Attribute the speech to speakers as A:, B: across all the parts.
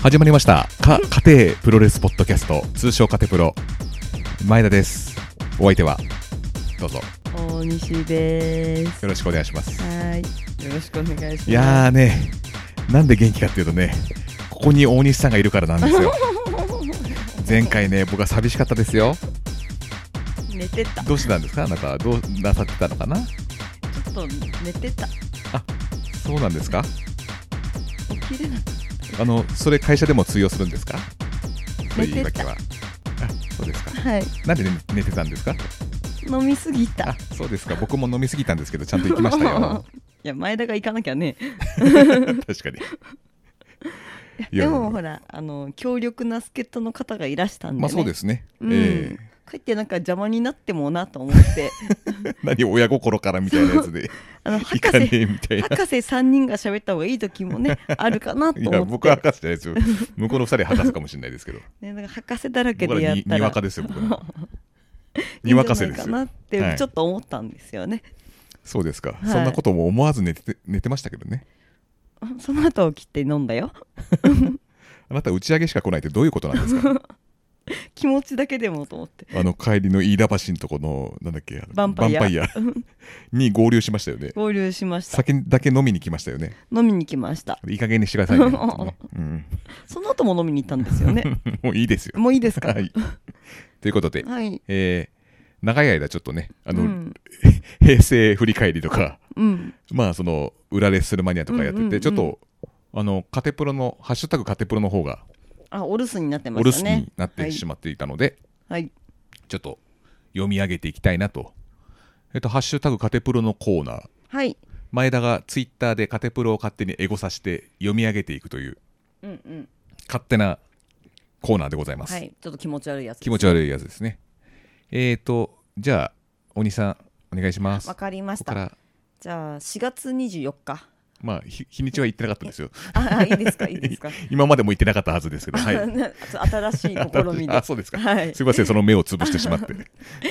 A: 始まりましたか家庭プロレスポッドキャスト通称家庭プロ前田ですお相手はどうぞよ
B: 大西です。
A: ろしくお願いします
B: はい、よろしくお願いします。
A: いやーねなんで元気かっていうとねここに大西さんがいるからなんです よ前回ね僕は寂しかったですよ
B: 寝てた。ち
A: どうしてたんですかあなたはどうなさってたのかな
B: ょっと寝てた。
A: そうなんですか
B: 起きれなく
A: あのそれ会社でも通用するんですかそういう言い
B: 寝て
A: 訳
B: た
A: はあそうですか
B: はい、
A: なんで寝寝てたんですか
B: 飲みすぎ
A: あ
B: た。
A: そうですか僕も飲みすぎたんですけどちゃんと行きまし たよ
B: いや、前田が行かなきゃね。
A: 確かにい
B: で
A: や
B: もほら、あの強力な助っ人の方がいらしたんで、ね。。
A: まあそうですすね、
B: うん
A: え
B: かえってなんか邪魔になってもなと思 って、
A: え何親心からみたいなやつで
B: あの
A: 行
B: 博
A: かね
B: 士。
A: えみたいな
B: 博士三人が喋った方がいい時も ねあるかなと
A: いや
B: 思っ
A: 僕
B: て
A: は博士じゃないですよ向こうの二人は博士かもしれないですけど
B: ね、なんか博士だらけ
A: 僕
B: でや
A: ら
B: っ
A: に
B: たら
A: にわかですよ僕
B: い
A: ら
B: い
A: に
B: んじ
A: わ
B: ゃ
A: か
B: な
A: せ
B: い
A: で
B: か
A: すよ
B: なって、
A: はい
B: ちょっと思ったんですよね。
A: そうですか、
B: はい
A: そんなことも思わず寝て寝てましたけどね
B: その後起きて飲んだよ。
A: あなた打ち上げしか来ないってどういうことな んですか
B: 気持ちだけでもと思って。
A: あの帰りの飯田橋のとこのなんだっけあ
B: ヴ
A: の
B: ァンパイア
A: に合流しましたよね
B: 合流しました。
A: 酒だけ飲みに来ましたよね
B: 飲みに来ました。
A: いい加減にしてください ね本当にね、うん、
B: その後も飲みに行ったんですよね。
A: もういいですよ。
B: もういいですか。
A: は
B: はい。
A: い、ということで、えー長い間ちょっとねあ
B: う
A: の、
B: ん。
A: 平成振り返りとか
B: うん。
A: まあその裏レッスルマニアとかやって
B: うん
A: て、
B: うんうん
A: ちょっとあのカテプロの「ハッシュタグカテプロ」の方が
B: あ、お留守になってま
A: お留
B: した
A: 守
B: ね
A: に。なってしまっていたので、
B: はい。
A: ちょっと読み上げていきたいなと。えっと「ハッシュタグカテプロ」のコーナー
B: はい。
A: 前田がツイッターでカテプロを勝手にエゴさして読み上げていくという
B: うんうん。
A: 勝手なコーナーでございます。
B: はい。ちょっと気持ち悪いやつ。
A: 気持ち悪いやつですね。えーと、じゃあ、お兄さん、お願いします。
B: わかりまし
A: ここか
B: た。
A: ら、
B: じゃあ、4月24日。
A: まあ日、日にちは言ってなかったんですよ。
B: あ、あいいですか。いいです か。
A: 今までも言ってなかったはずですけど、はい。
B: 新しい 試みで。
A: あ、そうですか。
B: はい
A: す。いません、その目を潰してしま って。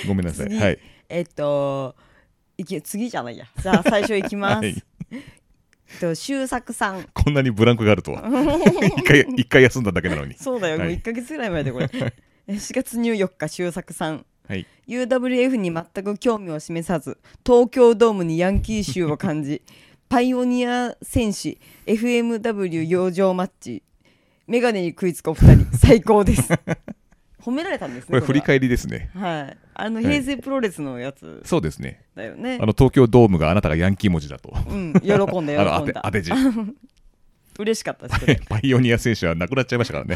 A: ごめんなさい。
B: 次
A: はい。
B: えっと。いき次じゃないや。じゃあ、最初いきます。
A: は
B: え
A: い
B: っと、修作さん。
A: こんなにブランクがあると は。一回、一回休んだだけなのに。
B: そうだよ、
A: はい
B: もう1ヶ月ぐらい前でこれえ4月24日修作さん
A: はい。
B: UWF に全く興味を示さず東京ドームにヤンキー臭を感じパイオニア戦士 FMW 養生マッチメガネに食いつくお二人最高です褒められたんです
A: こ
B: ね
A: れ、振り返りですね。
B: りはいあの
A: はい
B: 平成プロレスのやつ
A: そうですね。
B: だよね、
A: あの、東京ドームがあなたがヤンキー文字だと。
B: うん喜ん
A: あの
B: だ喜
A: 当
B: ん
A: て当
B: だ
A: て字
B: 嬉しかったですけど
A: パイオニア選手はなくなっちゃいましたから ね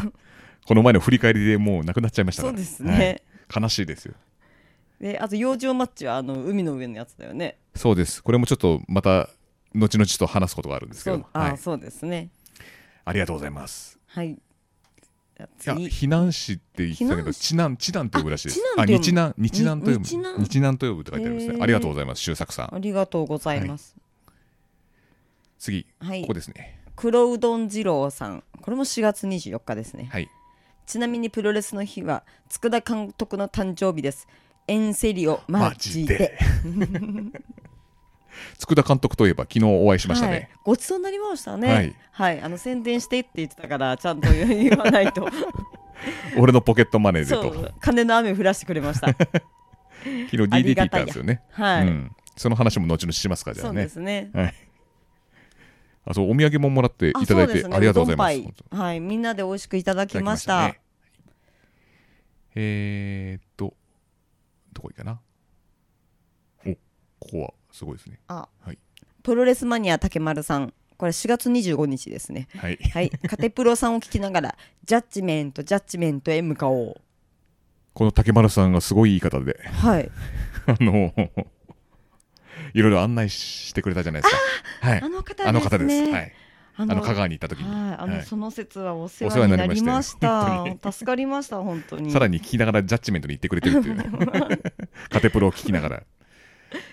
A: この前の振り返りでもうなくなっちゃいましたか
B: そう
A: ら
B: ですね、
A: はい悲しいですよ
B: であと養生マッチはあの海の上のやつだよね
A: そうですこれもちょっとまた後々と話すことがあるんです
B: そ
A: けど
B: う
A: も、
B: あ、
A: はい、
B: そうですね
A: ありがとうございます
B: はい。じゃあ
A: いや
B: 次。
A: 避難市って言ってたけど
B: 避難
A: 知南知南と呼ぶらしいです
B: あ
A: あ
B: 知
A: 日
B: 南
A: 南日南と呼ぶ
B: に日
A: 日
B: 南
A: 南と呼ぶって書いてあります
B: へ
A: ね
B: ー
A: ありがとうございます周作さ
B: あ
A: ん
B: りがとうございます。
A: 次
B: はい
A: ここですね
B: 黒うどん二郎さん。これも4月24日ですね。
A: はい
B: ちなみにプロレスの日は佃監督の誕生日です。エンセリオマジで。
A: 佃監督といえば昨日お会いしました
B: は
A: ね
B: い、ごちそうになりましたね。
A: は
B: はいい。あの宣伝してって言ってたからちゃんと言う言わない と。
A: 俺のポケットマネーで
B: そ
A: と
B: う。金の雨降らしてくれました。
A: 昨日
B: ありが
A: DDT 行った
B: い
A: た
B: や
A: んですよね
B: はい
A: うんその話も後々しますからじゃ
B: そ
A: あ
B: う
A: ね
B: ですね。
A: はい。あ、そう、お土産ももらっていただい
B: そう
A: て、
B: ですね
A: ありがとうございます。
B: うど
A: 本
B: ん
A: 当
B: パイはい、みんなで美味しくいただ
A: い
B: きました。
A: ねえーっと、どこいいかな。お、ここはすごいですね。
B: あ、
A: はい
B: プロレスマニア竹丸さん。これ4月25日ですね。
A: はい。
B: はい、カテプロさんを聞きながら、ジャッジメント、ジャッジメントへ向かおう。
A: この竹丸さんがすごいいい方で、
B: はい、
A: あの、いろいろ案内してくれたじゃないですか。はい
B: あ。の方ですね。
A: あの方です。はい。
B: あ
A: あ
B: の、
A: の香川に行った時に。
B: はい、あの、
A: はい
B: その説はお世
A: お世
B: 話
A: 話
B: に
A: にな
B: な
A: り
B: り
A: ま
B: ま
A: し
B: した
A: よ
B: た。助かりました、本当 に。
A: さらに聞きながらジャッジメントに行ってくれてるっていうね。 カテプロを聞きながら。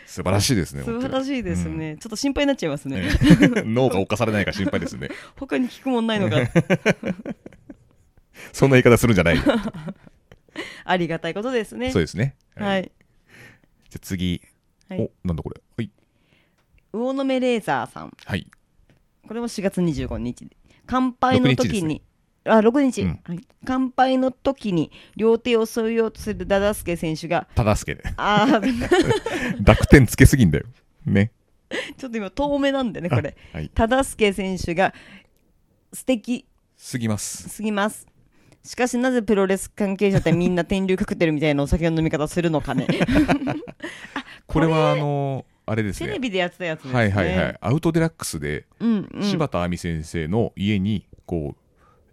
A: 素晴らしいですね。
B: 素
A: 本当
B: 晴
A: に
B: らしいですね、ちょっと心配になっちゃいますね。
A: ね 脳が侵されないか心配ですね。
B: 他に聞くもんないのが、
A: そんな言い方する んじゃないよ。
B: ありがたいことですね。
A: そうですね。
B: は
A: はい
B: い、
A: じゃあ次。
B: はい
A: お、なんだこれ。はい。
B: 魚の目レーザーさん。
A: はい。
B: これも4月25日乾杯の時にあ6日、
A: うん
B: はい乾杯の時に両手を添えようとするダダスケ選手が
A: ただすけで。
B: あー
A: 濁点つけすぎんだよ。ね。
B: ちょっと今遠目なんで ねこれ
A: あはい。
B: タダスケ選手が素敵
A: すぎます。
B: すぎますしかしなぜプロレス関係者ってみんな天竜カクテルみたいなお酒の飲み方するのかね
A: これはあのあれです
B: テレ
A: ね。
B: ビでやってたやつですね
A: はいはいはい。アウトデラックスで
B: うんうん
A: 柴田亜美先生の家にこう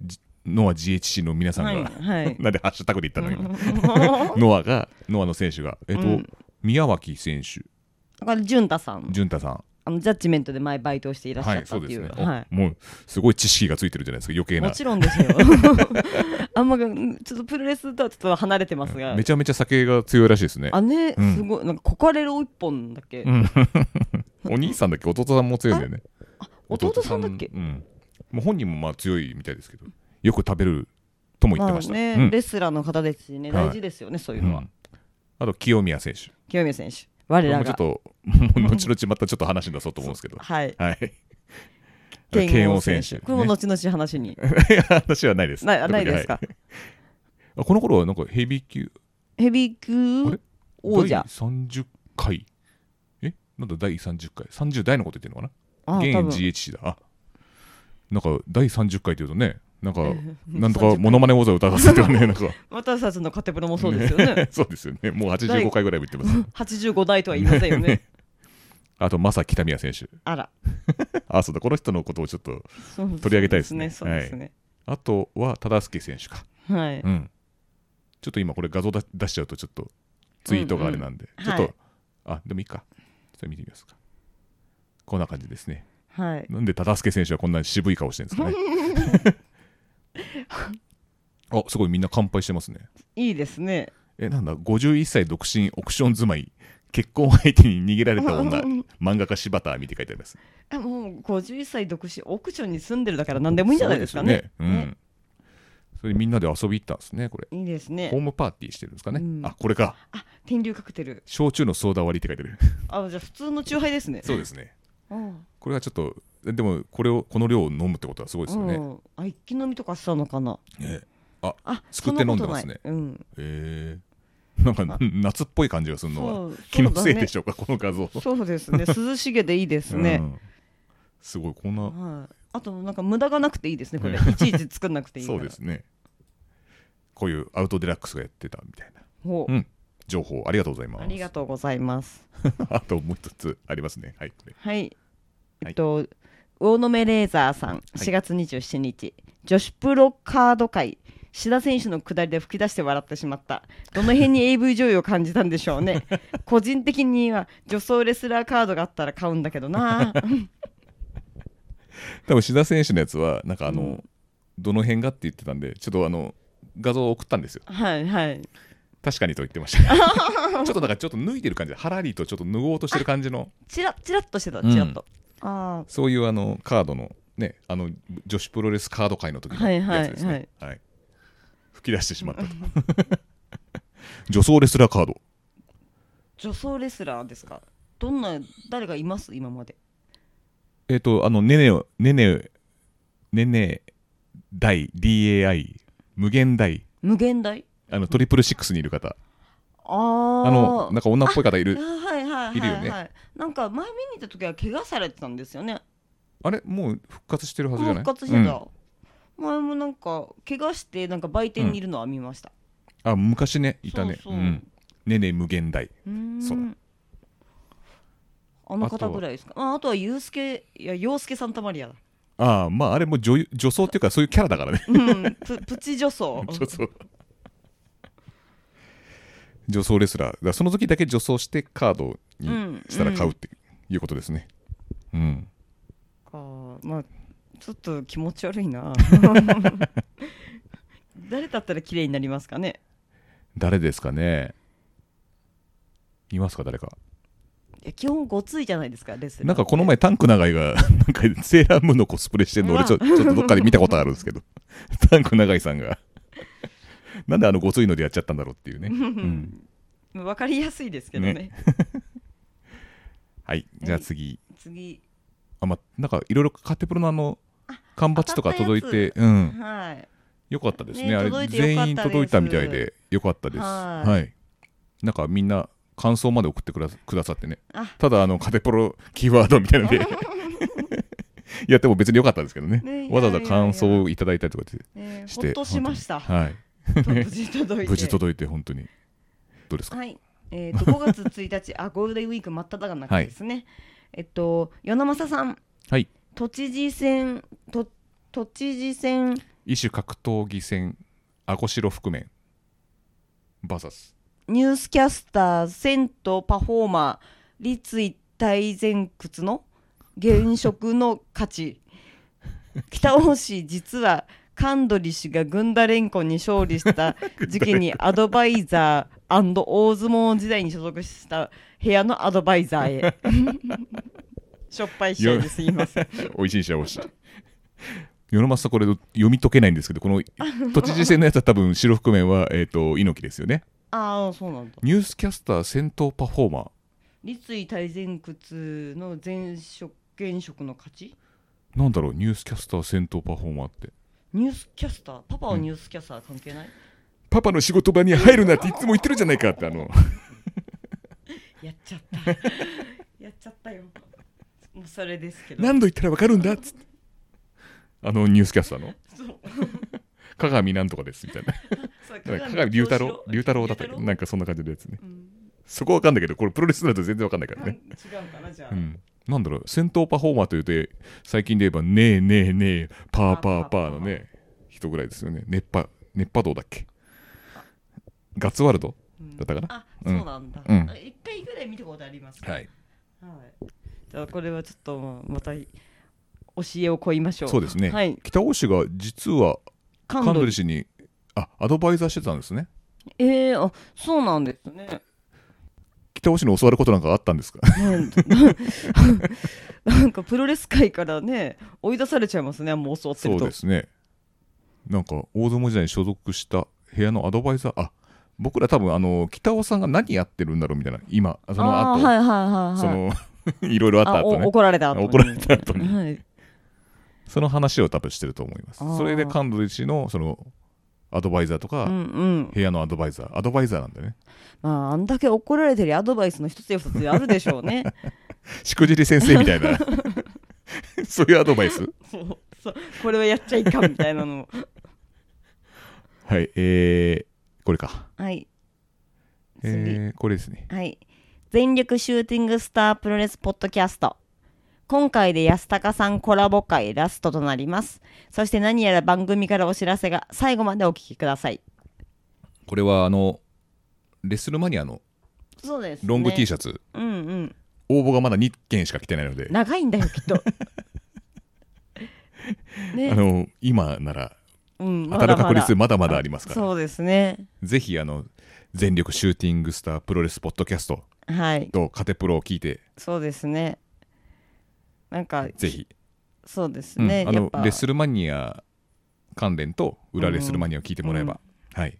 A: じノア GHC の皆さん
B: は
A: が、
B: いはい
A: なんでハッシュタグで言ったの今。ノアがノアの選手がえっと、
B: うん
A: 宮脇選手、
B: だから潤太さん
A: 潤太さん。
B: あのジャッジメントで前バイトをしていらっし
A: は
B: ゃっ
A: い、
B: た
A: そ
B: っ
A: う
B: て
A: で
B: い
A: す
B: う
A: ね。あもうすごい知識がついてるじゃないですか。余計
B: も
A: な。
B: ちろんです よあんまがうんちょっとプロレスとはちょっと離れてますが
A: めちゃめちゃ酒が強いらしいですね。
B: あね、
A: うん
B: すごいなんかコカレロ一本だっけ、
A: うん、お兄さんだっけ弟さんも強いんだよね
B: 弟さんだっけ
A: うん、もう本人もまあ強いみたいですけどよく食べるとも言ってました、
B: ね、
A: うん
B: レスラーの方ですしね
A: はい
B: 大事ですよね、そういう
A: う
B: のは、
A: んあと清宮選手
B: 清宮選手我
A: これ
B: ら
A: もちょっ
B: が
A: とも う後々またちょっと話に出そうと思うんですけど
B: はい
A: はい
B: 剣
A: 剣
B: 王
A: 王
B: 選
A: 選
B: 手
A: 手
B: これも後々話 に、
A: 話はないです
B: なないです
A: は
B: か
A: いあこの頃はなんかヘビー級
B: ヘビ
A: あ
B: ー級
A: れ
B: 王者
A: 第30回えなんだ第30回30代のこと言ってるのか
B: あ
A: な現
B: 多分
A: GHC だあなんか第30回というとねな んかなん
B: 30
A: とか
B: 回
A: モノマネ王座を歌わせてはねなんか
B: 私たちのカテプロも そうですよね
A: そうですよね。 もう85回ぐらいも言ってます。
B: 85代とは言いませんよね
A: あと、マサ・北宮選手。
B: あら
A: あ、そうだ、この人のことをちょっと。
B: 取
A: 取り上げたいですね
B: そうですね
A: あとは、忠介選手か。
B: はい、
A: うん。ちょっと今、これ画像だ出しちゃうと、ちょっとツイートがあれなんで、
B: うんうん
A: ちょっと、
B: はい
A: あ、でもいいか。ちょっと見てみますか。こんな感じですね。
B: はい
A: なんで、忠介選手はこんな渋い顔してるんですかね。あ、すごい、みんな乾杯してますね。
B: いいですね
A: え、なんだ、51歳独身、オクション住まい。結婚相手に逃げられた女、漫画家柴田亜美って書いてあります。
B: あもう51歳独身オークションに住んでるだから何でもいいんじゃないですかね
A: そうですよねうん。それでみんなで遊び行ったんですね、これ。
B: いいです
A: ホー
B: ね
A: ムパーティーしてるんですかね。
B: うん
A: あ、これか。
B: あ天竜カクテル
A: 焼酎のソーダ割りって書いてある。
B: あじゃあ普通の酎ハイですね
A: そうですね。
B: うん
A: これはちょっと、えでも、これを、この量を飲むってことはすごいですよ
B: う
A: ね。
B: んあ一気飲みとかしたのかな
A: ええあ、
B: あ
A: すくって飲んでますね
B: そんなこ
A: ええなんか、夏っぽい感じがする
B: と
A: の
B: な
A: は。
B: いうん
A: 気のせいで
B: ょ
A: しょうか、この画像。
B: そうですね涼しげでいいです
A: う
B: ね、
A: んすごい、こんな。
B: はいあとなんか無駄がなくていいですねこれ、
A: ね
B: いちいち作んなくていいか
A: そ
B: ら
A: うですね。こういうアウトデラックスがやってたみたいな。
B: ほう
A: うん。情報ありがとうございます。
B: ありがとうございます
A: と あともう一つありますね。はい、これ。
B: はい
A: はい
B: えっと、魚の目レーザーさん4月27日、女子プロカード界志田選手の下りで吹き出して笑ってしまったどの 辺に AV 女優を感じたんでしょうね個人的には女装レスラーカードがあったら買うんだけどな
A: 多分志田選手のやつはなんかあの、
B: うん
A: どの辺がって言ってたんでちょっとあの画像を送ったんですよ
B: はいはい
A: 確かにと言ってまし たちょっとなんかちょっと脱いでる感じでハラリとちょっと脱ごうとしてる感じの
B: チラッチラッとしてた
A: うん
B: チラッと、あ
A: そういうあのカードのねあの女子プロレスカード会の時の
B: はいはい
A: やつですね
B: は
A: はいい、吹き出してし まったと女装レスラーカード
B: あ女装レスラーですかどんな誰がいます今まで
A: えっ、とあのねねねねねね大 DAI 無限大
B: 無限大
A: あのトリプルシックスにいる方
B: あー
A: あのなんか女っぽい方い
B: あ
A: る
B: はいはいはいはい
A: いるよね
B: なんか前見に行った時は怪我されてたんですよね
A: あれもう復活してるはずじ
B: も
A: ゃ
B: う
A: ない
B: 復活してた、
A: うん
B: 前もなんか怪我してなんか売店にいるのは見ました、
A: あ昔ねいた
B: そ
A: ね
B: うそう
A: うんねね無限大
B: うーん
A: そう
B: あの方ぐらいですかああとはユースケいや洋介サンタマリアだ、
A: ああまああれも女優女装っていうかそういうキャラだからね
B: うん、プ プチ女装
A: 女装女装レスラーだからその時だけ女装してカードにしたら買うっていうことですねうん、
B: あーまあちょっと気持ち悪い な誰だったら綺麗になりますかね
A: 誰ですかねいますか誰か
B: いや基本ごついじゃないですかレスラー
A: なんかこの 前タンク長いが なんかセーラームーンのコスプレしてるの俺ちょちょっとどっかで見たことあるんですけど タンク長いさん がなんであのごついのでやっちゃったんだろうっていうね、うん、
B: 分かりやすいですけどね
A: ねはい、じゃあ次、
B: 次
A: あ、まあ、なんかいろいろカテプロのあの、缶バッジとか
B: 当たった
A: 届
B: や
A: い
B: つ
A: て、うん、
B: はい
A: よかったですね
B: ね
A: あれ
B: 届いてよかった
A: 全員届いたみたい
B: で
A: でよかったです
B: は
A: はいい、なんかみんな感想まで送ってくださくださってね
B: あ
A: ただあのカテプロ キーワードみたいなの でやっても別によかったですけどね
B: ね
A: わざわざ
B: いやいやいや
A: 感想をいただいたりとかって
B: ね
A: し
B: ほ
A: て
B: っとしました。
A: はい
B: 無事届いて。
A: 無事届いて本当にどうですか
B: はい。えっ、と5月1日あゴールデンウィーク真っ只中ですね。えっと与那政さん
A: はい
B: 都知事選と都知事選
A: 異種格闘技戦あこしろ覆面 VS
B: ニュースキャスター銭湯パフォーマー立位大前屈の現職の価値北尾市実は神取氏が軍団連魂に勝利した時期にアドバイザー大相撲時代に所属した部屋のアドバイザーへしょっぱい試合ですいませ ん
A: 美味しいし美味しい世のマスさんこれ読み解けないんですけどこの都知事選のやつは多分白覆面は、えー、と猪木ですよね
B: ああそうなんだ
A: ニュースキャスター戦闘パフォーマー
B: 立位大前屈の前職現職の勝ち
A: なんだろうニュースキャスター戦闘パフォーマーって
B: ニュースキャスターパパはニュースキャスター関係ない、
A: パパの仕事場に入るなっていつも言ってるじゃないかってあの
B: やっちゃった。 やっちゃったよ。もうそれですけど。
A: 何度言ったらわかるんだっつってあのニュースキャスターの
B: そう。
A: 鏡なんとかですみたいな
B: そう
A: なんか鏡龍太郎龍太郎だったっけなんかそんな感じのやつねそこわかんないけどこれプロレスだと全然わかんないから
B: 違
A: ね、
B: うかなじゃあ。
A: うん、なんだろう戦闘パフォーマーというと最近で言えば「ねえねえねえパーパーパー」のね人ぐらいですよね熱波熱波道だっけガッツワールド
B: うん
A: だったかな
B: あ、そうなんだ。
A: うん
B: あ一回ぐらい見たことあります。。
A: はいい
B: はい。じゃあこれはちょっともうまた教えを乞いましょう。
A: そうですね、
B: はい。
A: 北尾氏が実は
B: カ
A: 神
B: ンド
A: 取
B: リ。
A: 氏にあアドバイザーしてたんですね
B: ええあ、そうなんですね。
A: 北尾氏に教わることなんかあったんですか
B: なんだ なんかプロレス界からね追い出されちゃいますねもう教わって
A: そ
B: る
A: う
B: と。
A: ですねなんか大相撲時代に所属した部屋のアドバイザーあ僕ら多分あの北尾さんが何やってるんだろうみたいな今その
B: ああ
A: 後、
B: ーはいはいはいはい。
A: その いろいろあった
B: あ
A: 後
B: お
A: ね
B: 怒られた後に。
A: 怒られた後に
B: はい。
A: その話を多分してると思います
B: あー
A: それで神取氏のそのアドバイザーと
B: うん
A: か、
B: うん。
A: 部屋のアドバイザーアドバイザーなんだよね
B: まあ、あんだけ怒られてるアドバイスの一つや二つあるでしょう ね。
A: しくじり先生みた いなそういうアドバイス
B: そうそうこれはやっちゃいかんみたいなのも。
A: はいえー、これか
B: はい、次
A: えー、これですね
B: はい。全力シューティングスタープロレスポッドキャスト。今回で安高さんコラボ会ラストとなります。そして何やら番組からお知らせが最後までお聞きください。
A: これはあのレスルマニアの
B: そうです、
A: ロング T
B: シャ
A: シャツ、
B: ツ。うんうん。
A: 応募がまだ2件しか来てないので、
B: 長いんだよ、きっ と。
A: あ
B: ね、
A: の今なら
B: うん、
A: 当たる確率
B: ま
A: まだま
B: だ
A: だありますから
B: そうですね。
A: ぜひあの全力シューティングスタープロレスポッドキャスト
B: はい。
A: とカテプロを聞いて
B: そうですね。なんか、
A: ぜひ、
B: そうです
A: うん
B: ね。
A: あ
B: やっ
A: の
B: ぱ
A: レスルマニア関連と裏レスルマニアを聞いてもらえば、はい、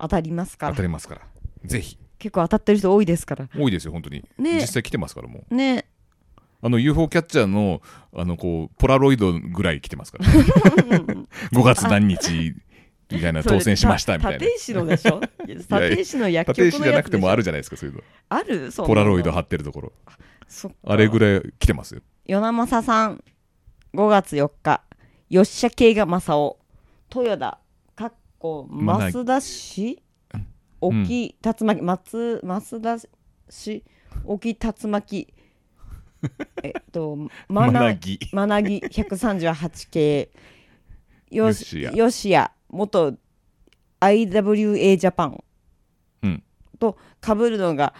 B: 当たりますか
A: 当
B: ら
A: た。りますからぜひ
B: 結構当たってる人多いですから。
A: 多いですよ本当に、
B: ね
A: 実際来てますからもう
B: ね。
A: あの UFO キャッチャーのあのこうポラロイドぐらい来てますから 5月何日みたいな
B: それ
A: 当選しましたみたいな
B: 立石のでしょいや立石の薬
A: 立
B: 局
A: 石
B: の
A: じゃ
B: や
A: な
B: つ
A: く
B: で
A: て
B: しょ
A: もあるじゃないですかそういうの
B: あるそんな
A: ポ
B: の
A: ラロイド貼ってるところ
B: そっか
A: あれぐらい来てますよ
B: 与那政さん5月4日吉社慶が正雄豊田かっこ増田市
A: ん
B: 沖竜巻松増田市沖竜巻えっとまな
A: ぎ
B: マナギ138系よし
A: シヤ
B: よしや元 IWA ジャパン、
A: うん
B: とかぶるのが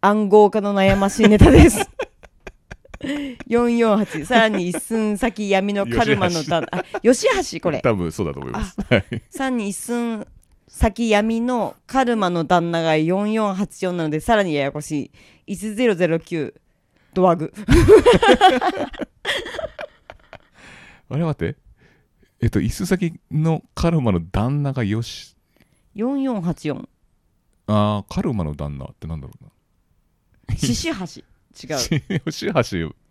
B: 暗号化の悩ましいネタです 448さらに一寸先闇のカルマのたあ吉橋これ
A: 多分そうだと思いますはい
B: さらに一寸先闇のカルマの旦那が4484なのでさらにややこしい1009ドワグ
A: あれ待ってえっと椅子先のカルマの旦那がよし
B: 4484
A: あーカルマの旦那ってなんだろうな
B: 獅子橋違う
A: 吉橋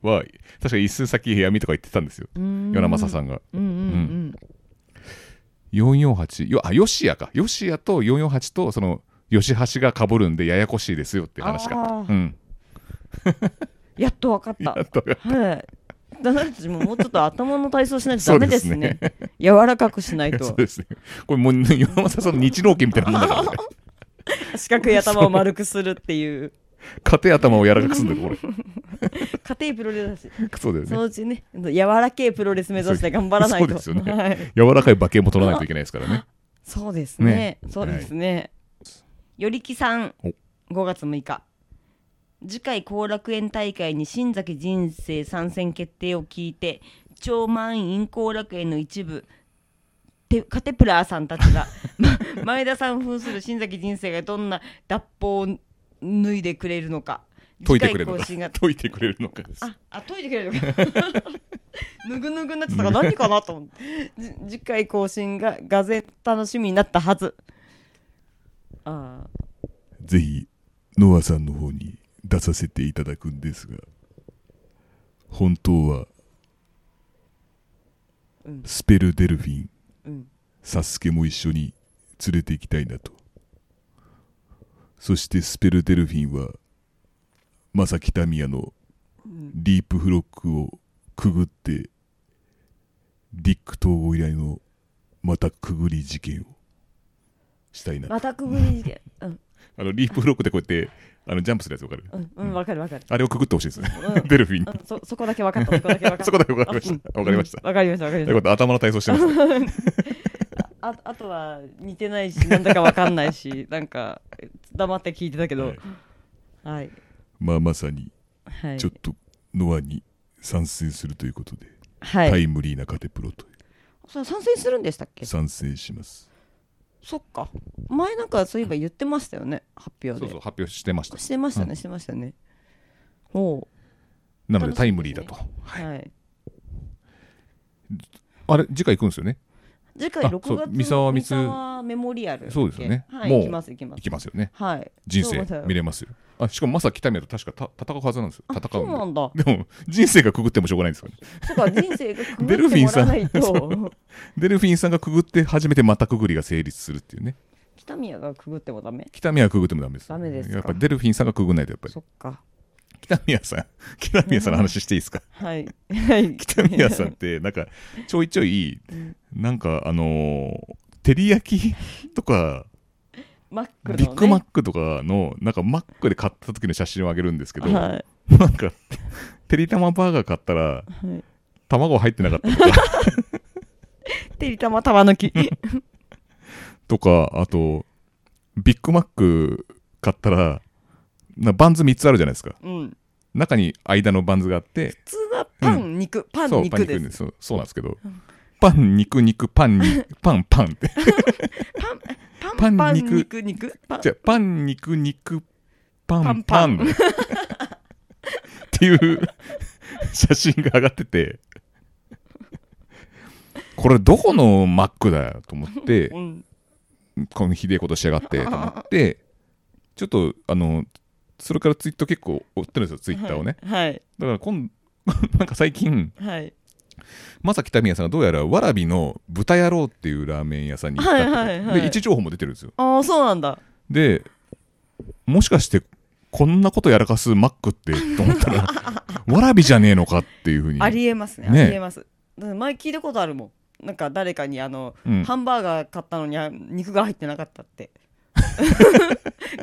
A: は確か一寸先闇とか言ってたんですよ
B: 与
A: 与那正さんが
B: うんうんうん
A: 448よあヨシヤかヨシヤと448とその吉橋がかぶるんでややこしいですよっていう話か
C: あ
A: う
C: ー
A: ん
C: やっとわかっ
A: や
C: た
A: っとが
C: はいだから私ももうちょっと頭の体操しないとダメですね
B: 柔らかくしない
A: そ
B: と
A: うですねこれもう 山本さんその日農家みたいなもんだからね
B: 四角い頭を丸くするっていう
A: 硬い頭を柔らかくすんだよこれ
B: 家庭プロレスだし
A: そうだよ
B: そ
A: ね
B: のうちね柔らけえプロレス目指して頑張らないと
A: そうですよね
B: はい
A: 柔らかい馬券も取らないといけないですからね
B: そうですね。そうですね。
C: よりきさん
A: お
C: 5月6日次回後楽園大会に新崎人生参戦決定を聞いて超満員後楽園の一部てカテプラーさんたち が、ま前田さん扮する新崎人生がどんな脱法を脱いでくれるのか
A: 解いてくれる
C: 次
A: の
C: 回更
A: か
C: 新が
A: 解いてくれるのかです
C: ああ解いてくれるのか ぬぐぬぐになってたから何かなと思って
B: じ次回更新ががぜ楽しみになったはず。ああ、
A: ぜひノアさんの方に出させていただくんですが本当は
B: うん
A: スペルデルフィン、
B: うん
A: サスケも一緒に連れて行きたいなとそしてスペルデルフィンは正木民也のディープフロックをくぐってディック統合以来のまたくぐり事件をしたいなと
C: またくぐり事件うん
A: あのリープフロックでこうやってあのジャンプするやつわかる
C: うんうんわかるわかる
A: あれをくぐってほしいですね。 デルフィン。
C: うんそそこだけわかったそこだけわかった
A: そこだけわかりました。わかりました。
B: わかりましたわかり
A: と
B: まし
A: いうことで頭の体操してますね。
B: た。ああとは似てないし、なんだかわかんないし、 なんか黙って聞いてたけど、はい
A: まあまさに
B: はい
A: ちょっとノアに参戦するということで、
B: はい
A: タ。イムリーなカテプロと
C: そう参戦するんでしたっけ
A: 参戦します。
C: そっか
B: 前なんかそういえば言ってましたよね、発表で。
A: そうそう発表してました。
B: してましたね、
A: うん
B: してましたね。おう
A: なのでタイムリーだと。はい
B: はい。
A: あれ次回行くんですよね。
C: 次
A: あ
C: 回
A: そう
C: 6月
A: 三沢光
C: 三沢メモリアル
A: そうですよね
C: はい
A: もう
C: 行きます行きま
A: 行
C: す
A: きますよね。
C: はい
A: 人
B: そう
A: 生
B: だよ
A: 見れますよ。あしかもまさきたみやと確かた戦うはずなんですよ。
C: あ
A: 戦
C: そううなんんだ
A: で。でも人生がくぐってもしょうがないんですよね。
C: そうか人生が
A: デルフィンさ
C: 曇
A: ん
C: ってもら わないと
A: デルフィンさんがくぐって初めてまたくぐりが成立するっていうね。
C: 北宮がくぐってもダメ
A: 北宮はくぐってもダメです。
C: ダメですか
A: やっぱデルフィンさんがくぐんないとやっぱり。
C: そっか
A: 北宮さん、 北宮さんの話していいですか
B: はい。はい。
A: 北宮 さんって、なんか、ちょいちょい、なんか、あのー照り焼きとか、
B: マックのね。
A: ビッグマックとかの、なんか、マックで買った時の写真をあげるんですけど、
B: はい。
A: なんか、てりたまバーガー買ったら、
B: い
A: 卵入ってなかったとか、
B: てりたま玉抜き。
A: とかあと、ビッグマック買ったら、なバンズ3つあるじゃないですか。
B: うん。
A: 中に間のバンズがあって、
B: 普通はパン、肉、パ
A: そ
B: ン、
A: うパン
B: 肉です。
A: 肉そうそうなんですけど、パン肉肉パ ンにパンパンって
B: パン、
A: パ
B: パ
A: ン
B: ン、肉、
A: 肉
B: 肉、パン
A: じ。ゃあパン肉肉パンパ
B: パ
A: ン
B: ン
A: っていう写真が上がっててこれどこのマックだよと思って
B: うん。
A: このひでえことしやがってと思ってちょっとあのそれからツイート結構追ってるんですよツイッターをね、
B: はい。
A: だから今なんか最近
B: はい。
A: まさきたみやさんがどうやらわらびの豚野郎っていうラーメン屋さんに行ったって、
B: はいはいはい
A: で位置情報も出てるんですよ
B: ああ、そうなんだ。
A: でもしかしてこんなことやらかすマッ クってと思ったらわらびじゃねえのかっていうふうに
B: ありえますね。あり
A: ね
B: えます。だって前聞いたことあるもん。なんか誰かにあの、
A: うん
B: ハンバーガー買ったのにあ肉が入ってなかった って。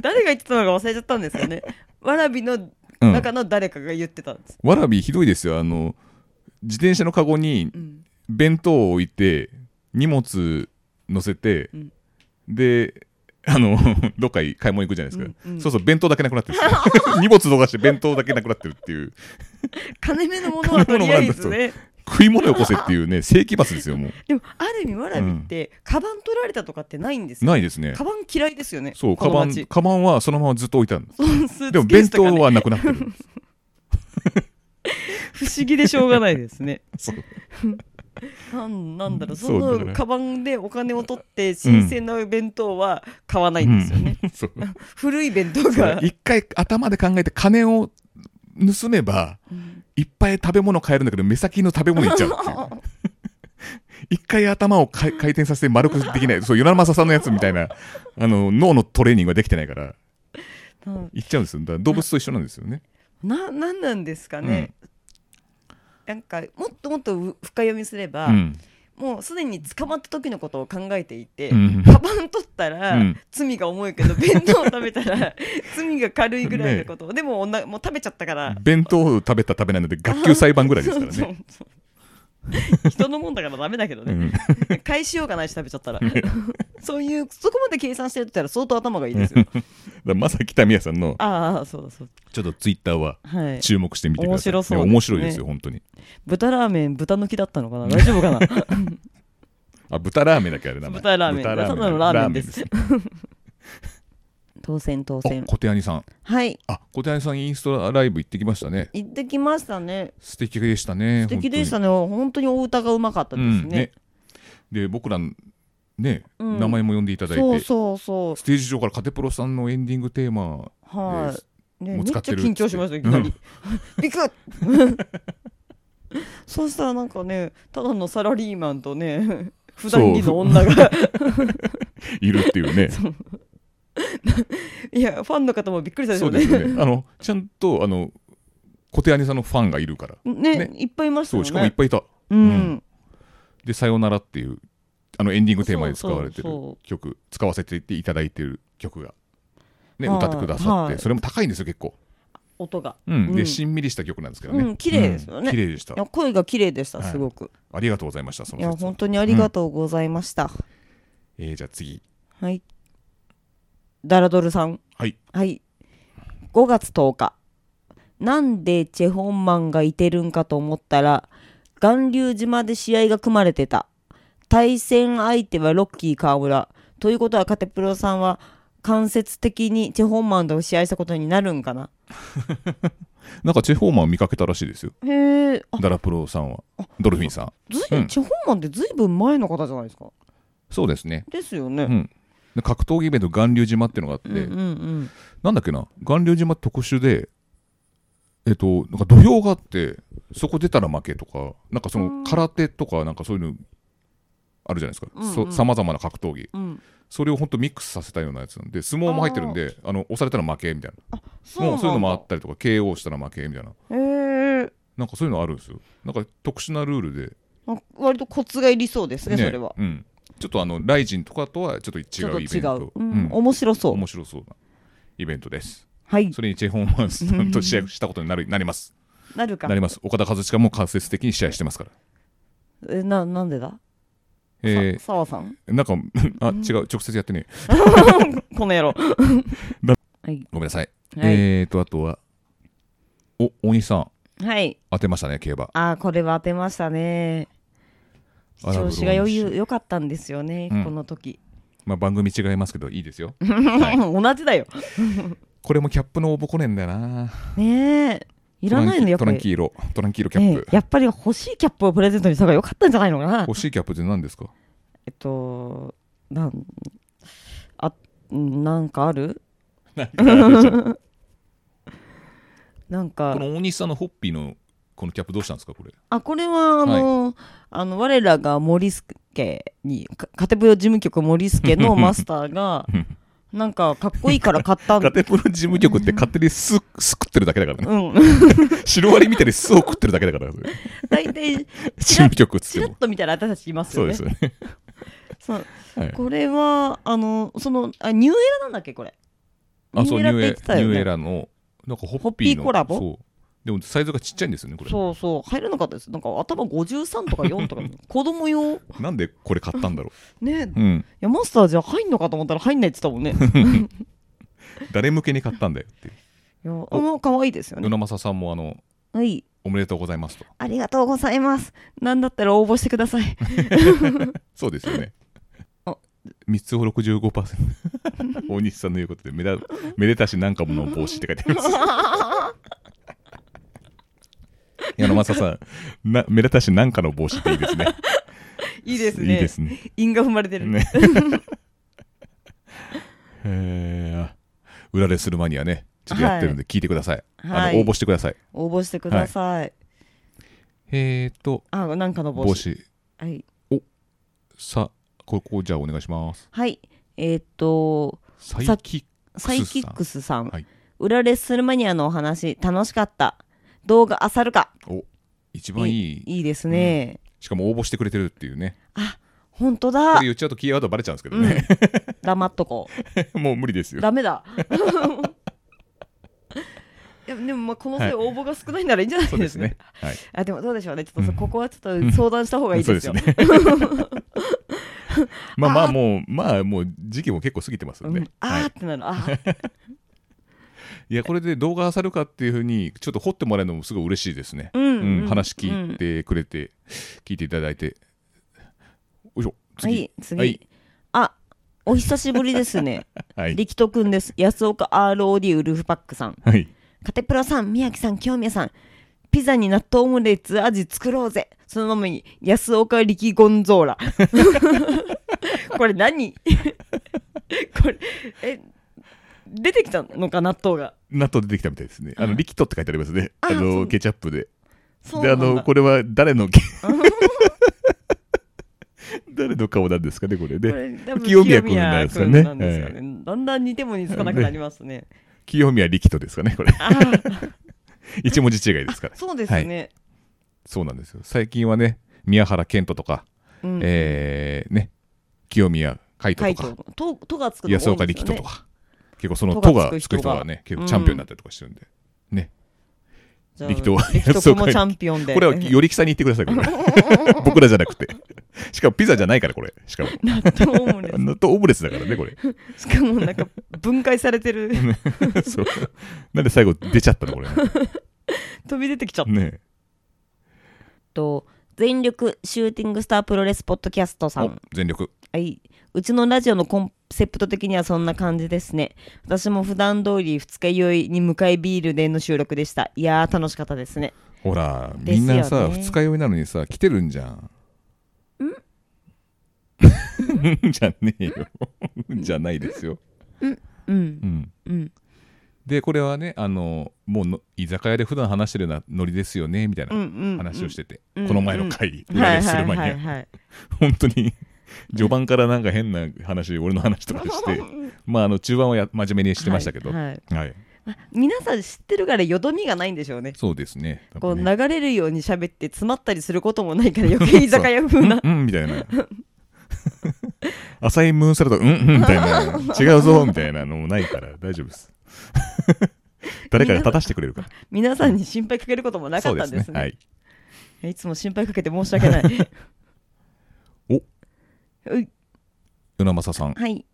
B: 誰が言ってたのか忘れちゃったんですよね。わらびの
A: うん
B: 中の誰かが言ってたんです。
A: わらびひどいですよあの自転車のカゴに
B: うん。
A: 弁当を置いて荷物乗せて、
B: うん
A: であの どっかい買い物行くじゃないですか、
B: うんうん
A: そうそう弁当だけなくなってるんで すよ荷物逃して弁当だけなくなってるっていう
B: 金目のものはとりあえずね。
A: 食い物よこせっていう ね世紀罰ですよもう
B: でも、ある意味わらびって、カバン取られたとかってないんですよ。
A: ないですね
B: カバン嫌いですよね。
A: そう
B: こ
A: カ
B: の
A: バ
B: 町
A: ンカバンはそのままずっと置いてあるんです
B: スー
A: でも
B: ツケー
A: 弁
B: スと
A: 当
B: かね
A: はなくなってる
B: 不思議でしょうがないですね
A: そう
B: なんなんだろう
A: そ
B: そう
A: だから
B: のカバンでお金を取って新鮮な弁当は買わないんですよね、
A: うんそう
B: 古い弁当
A: そう
B: が
A: 一回頭で考えて金を盗めばいっぱい食べ物買えるんだけど目先の食べ物いっちゃうっていう一回頭をかい回転させて丸くできない。そう、与那正さんのやつみたいな、あの、脳のトレーニングができてないから、
B: うん
A: いっちゃうんですよ。だから動物と一緒なんですよね。
B: ななんなんですか
A: う
B: ね
A: ん、。
B: なんかもっともっと深読みすれば、
A: うん。
B: もうすでに捕まった時のことを考えていて、
A: うん
B: カバン取ったら、
A: うん
B: 罪が重いけど弁当を食べた ら罪が軽いぐらいのこと、でも女もう食べちゃったから
A: 弁当を食べた食べないので、学級裁判ぐらいですか ら
B: そう
A: ね。
B: そうそう人のもんだからダメだけど
A: う
B: ね、
A: ん。
B: 返しようがないし食べちゃったら そういうそこまで計算してるって言ったら相当頭がいいですよ
A: まさきたみやさんの、
B: ああそうだそう
A: ちょっとツイッターは
B: だはい
A: 注目してみてください。
B: 面白そうですね
A: いや面白いですよ、本当に。
B: 豚ラーメン豚抜きだったのかな大丈夫か な
A: あ、豚ラーメンだっけあれ名前
B: 豚ラーメン
A: 豚
B: ただのラーメンです
A: ラ
B: 当選当
A: ーメンです
B: 選
A: あ小手兄さん。
B: はい
A: あ、小手兄さんインスタライブ行ってきましたね。
B: 行ってきましたね
A: 素敵でしたね。
B: 素敵でした
A: ね。
B: ね本当にお歌がうまかった
A: う
B: です
A: ん、
B: ね,、
A: ね。で、僕ら、ね、
B: うん
A: 名前も呼んでいただいて。
B: そうそうそう
A: ステージ上からカテプロさんのエンディングテーマ
B: はい、
A: です
B: ね、め
A: もう
B: っち
A: 使
B: ゃ
A: ってる
B: 緊張しましたいきなり。 びっくりそうしたらなんかねただのサラリーマンとね 普段着の女が
A: いるっていう ね。
B: いやファンの方もびっくりしたでし
A: そ
B: ょ
A: う
B: う
A: で
B: ね
A: すよね。あのちゃんとあの小手姉さんのファンがいるから。
B: ね
A: ね
B: いっぱいいました
A: そ
B: よ
A: う
B: ね
A: しかもいっぱいいた。
B: うん、
A: うんでさよならっていうあのエンディングテーマで使われてる
B: そうそう
A: 曲使わせていただいてる曲がね
B: はい
A: 歌ってくださっ
B: は
A: て
B: い
A: それも高いんですよ結構。
B: 音が、
A: うん。
B: う
A: で
B: ん
A: しんみりした曲なんですけど
B: う
A: ね。
B: ん綺麗ですよね
A: うん綺麗でした
B: いや。声が綺麗でした
A: はい
B: すごく、
A: ありがとうございましたそ
B: い、や
A: の説は
B: 本。当にありがとうございました、
A: えーじゃあ次
B: はいダラドルさん
A: はい
B: はい5月10日なんでチェホンマンがいてるんかと思ったら巌流島で試合が組まれてた対戦相手はロッキー川村ということはカテプロさんは間接的にチェホンマンと試合したことになるんかな
A: なんかチェホーマンを見かけたらしいですよ。
B: へえあ
A: ダラプロさんはドルフィンさん。
B: ずい、
A: うん
B: チェホンマンってずいぶん前の方じゃないですか
A: そうですね。
B: ですよね、
A: うん、で格闘技イベント巌流島っていうのがあって、
B: うん、うんうん
A: なんだっけな巌流島特殊でえっとなんか土俵があってそこ出たら負けとかなんかその空手とかなんかそういうのあるじゃないです
B: うんう
A: か
B: ん
A: さまざまな格闘技
B: うん
A: それを本当ミックスさせたようなやつなんで相撲も入ってるんであの押されたら負けみたいな
B: そうなんだ
A: もうそういうのもあったりとか KO したら負けみたいな
B: へえ
A: なんかそういうのあるんですよなんか特殊なルールで
B: あ割とコツがいりそうですね
A: ね
B: それは
A: うん、ちょっとあのライジンとかとはちょっと
B: ちょっ
A: 違
B: と
A: うイベ
B: 違
A: ント
B: う、うん
A: うん
B: 面白そう
A: 面白そうなイベントです
B: はい
A: それにチェ・ホンマンさんと試合したことになるなります。
B: なるか
A: なります。岡田和親も間接的に試合してますから。
B: えななんでだ
A: え
B: さわさん
A: ー、なんか、あ、違う、直接やってねえ。
B: この野郎
A: ごめん なさい。
B: はい
A: えーと、あとは、お、大西さん、
B: はい
A: 当てましたね、競馬。
B: あーこれは当てましたね
A: アラブロ
B: 調
A: ー
B: 子が余
A: ニッ
B: 裕
A: シ
B: 良かったんですよね、
A: うん
B: この時、
A: ュ。まあ、番組違いますけど、いいですよ。はい、
B: 同じだよ
A: これもキャップの応募来ねえんだよな。
B: ねえいらないのやっ
A: ト
B: ぱ
A: ラン
B: り
A: キーロ、トランキーロキャップ。
B: ええやっぱり欲しいキャップをプレゼントにした方が良かったんじゃないのかな
A: 欲しいキャップって何ですか
B: えっとなんあんなんかある なん
A: こ
B: か
A: の大西さんのホッピーのこのキャップどうしたんですか、これ。
B: あこれはあの,、あの我らが森助にかカテプロ事務局森助 のマスターがなんかかっこいいから買ったん
A: ガテプロ事務局って勝手にす、すくってるだけだからね。
B: うん
A: シロアリみたいに巣を食ってるだけだから、それ
B: 大体
A: 事務局っつ
B: チ
A: っ
B: ラ
A: て
B: ッ
A: も。
B: と見たら私たちいます
A: そ
B: よ
A: う
B: ね
A: ですよね。
B: そう
A: はい
B: これはあのそのあニューエラなんだっけこれ
A: あ、そう、ニ
B: ニュ
A: ュ
B: ーエラっ
A: ー
B: て言っ
A: エ
B: てたよね
A: ニューエラの、なんかホッピー
B: ホ
A: の。
B: ッピーコラボ
A: そう。でもサイズがちっちゃいんですよね、これ。
B: そうそう入らなかったですなんか頭53とか4とか子供用
A: なんでこれ買ったんだろ。
B: ねいう
A: うん。
B: やマスターじゃ入んのかと思ったら入んないって言ってたもんね
A: 誰向けに買ったんだよっていう。
B: いやあの可愛いですよ
A: 与
B: ね
A: 那正さんも、あの、
B: はい
A: おめでとうございますと。
B: ありがとうございますなんだったら応募してください
A: そうですよね
B: あ。
A: 三つを65%。大 西さんの言うことで、めだ、めでたしなんかもの帽子って書い てあります。矢野正さん、な、めでたしなんかの帽子っていいですね。
B: いいですね
A: いいですね。
B: 韻が踏まれてる、
A: ね えー、あ裏レするマニアね、ちょっとやってるんで聞いてください。
B: はい
A: あの応募してください。
B: 応募してください、
A: えーと、
B: あなんかの帽子
A: 帽子。
B: はい
A: おさここじゃあお願いします
B: はいえーっと
A: サイ
B: さっ
A: キックスさ
B: サ
A: ん
B: イキックスさん
A: はい
B: 裏レッスルマニアのお話楽しかった動画あさるか
A: お一番いい
B: いいですね、
A: しかも応募してくれてるっていうね
B: 本当
A: こ
B: だ
A: れ言っちゃうとキーワードバレちゃうんですけど
B: うん
A: ね、
B: 黙っとこ
A: もう無理です
B: う
A: よ
B: ダメ だ
D: いやでもまあこの際応募が少ないならいいんじゃない
A: そうで
D: ですすか
A: ねはい
B: あでもどうでしょうねちょっと
A: う
B: そ
A: ん
B: ここはちょっと相談した方がいいですよ、
A: そうですねまあまあもうまあもう時期も結構過ぎてます
B: うん
A: ので、
B: あ
A: は
B: ー
A: い
B: っ、てなるあー
A: いやこれで動画あさるかっていうふうにちょっと掘ってもらえるのもすごい嬉しいですね、
B: うん、
A: うん
B: うん
A: 話聞いてくれて、聞いていただいておいしょ
B: は
A: 次
B: い次、
A: はい
B: あお久しぶりですね
A: はい、
B: 力斗くんです安岡 ROD ウルフパックさん
A: はい
B: カテプラさん宮城さん清宮さんピザに納豆オムレツ味作ろうぜそのままに安岡力ゴンゾーラ これ何 これえ出てきたのか納豆が
A: 納豆出てきたみたいですね。あの、リキッドって書いてありますね。
B: あ
A: あ
B: そ
A: の、
B: う
A: ケチャップで。
B: そう
A: で、
B: な
A: あ
B: んだ
A: の、これは誰の け、 誰の顔なんですかね、これ
B: こ
A: ね。
B: れ多分
A: 清宮君なんですかね
B: 清宮君なんですかねだんだん似ても似つかなくなりますね。
A: 清宮リキッドですかね、これ。
B: あー
A: 一文字違いですから。
B: そうですね。
A: そうなんですよ。最近はね、宮原健人とか、
B: うん
A: えー、ね、清宮海
B: カ
A: 斗
B: イ
A: とか、
B: ト、と、とがつくの
A: 安
B: 多
A: 岡
B: いんで
A: 力
B: すよ
A: 人
B: ね
A: とか、結構その
B: と
A: と
B: が
A: が
B: つ
A: つ
B: く
A: く
B: 人が
A: 人がね、結
B: う
A: 構
B: ん
A: チャンピオンになったりとかしてるんで。
B: じゃあ
A: 力斗は
B: 力斗くんもチャンピオンで。
A: これは、 よりきさんに言ってください、これ。僕らじゃなくて。しかもピザじゃないから、これ。しかも。
B: 納豆オムレ
A: 納豆オムレツだからね、これ。
B: ツ。しかもなんか分解されてる。
A: そうなんで最後出ちゃったのこれ。
B: 飛び出てきちゃった。
A: ね
B: と、全力シューティングスタープロレスポッドキャストさ
A: お
B: ん。
A: 全力。
B: はい。うちのラジオのコンセプト的にはそんな感じですね。私も普段通り二日酔いに向かいビールでの収録でした。いやー楽しかったですね。
A: ほら、
B: です
A: み
B: よね
A: んなさ、二日酔いなのにさ、来てるんじゃん。ん じゃねえよ。 じゃないですよ。
B: うん
A: う。ん。
B: うん。
A: で、これはね、あの、もうの居酒屋で普段話してるようなノリですよね、みたい
B: うんう。
A: なん話をしてて、
B: うん
A: この前の回、
B: うん
A: 裏でする前に、
B: はいはいはいはい
A: 本当に、序盤からなんか変な話、俺の話とか して、まあ、あの、中盤はや真面目にしてましたけど、
B: はいはい
A: はい。
B: 皆さん知ってるからよどみがないんでしょうね
A: そうですね。
B: こう
A: ね
B: 流れるように喋って詰まったりすることもないから余計居酒屋風 な
A: うん、みたいな。浅いムーンサルト、うん、うん、みたいな。違うぞ、みたいなのもないから、大丈 夫です。誰かが立たしてくれるから。
B: 皆さんに心配かけることもなかったんですね
A: はい。
B: い、つも心配かけて申し訳ない
A: お
B: うい
A: 与那正さん。
B: はい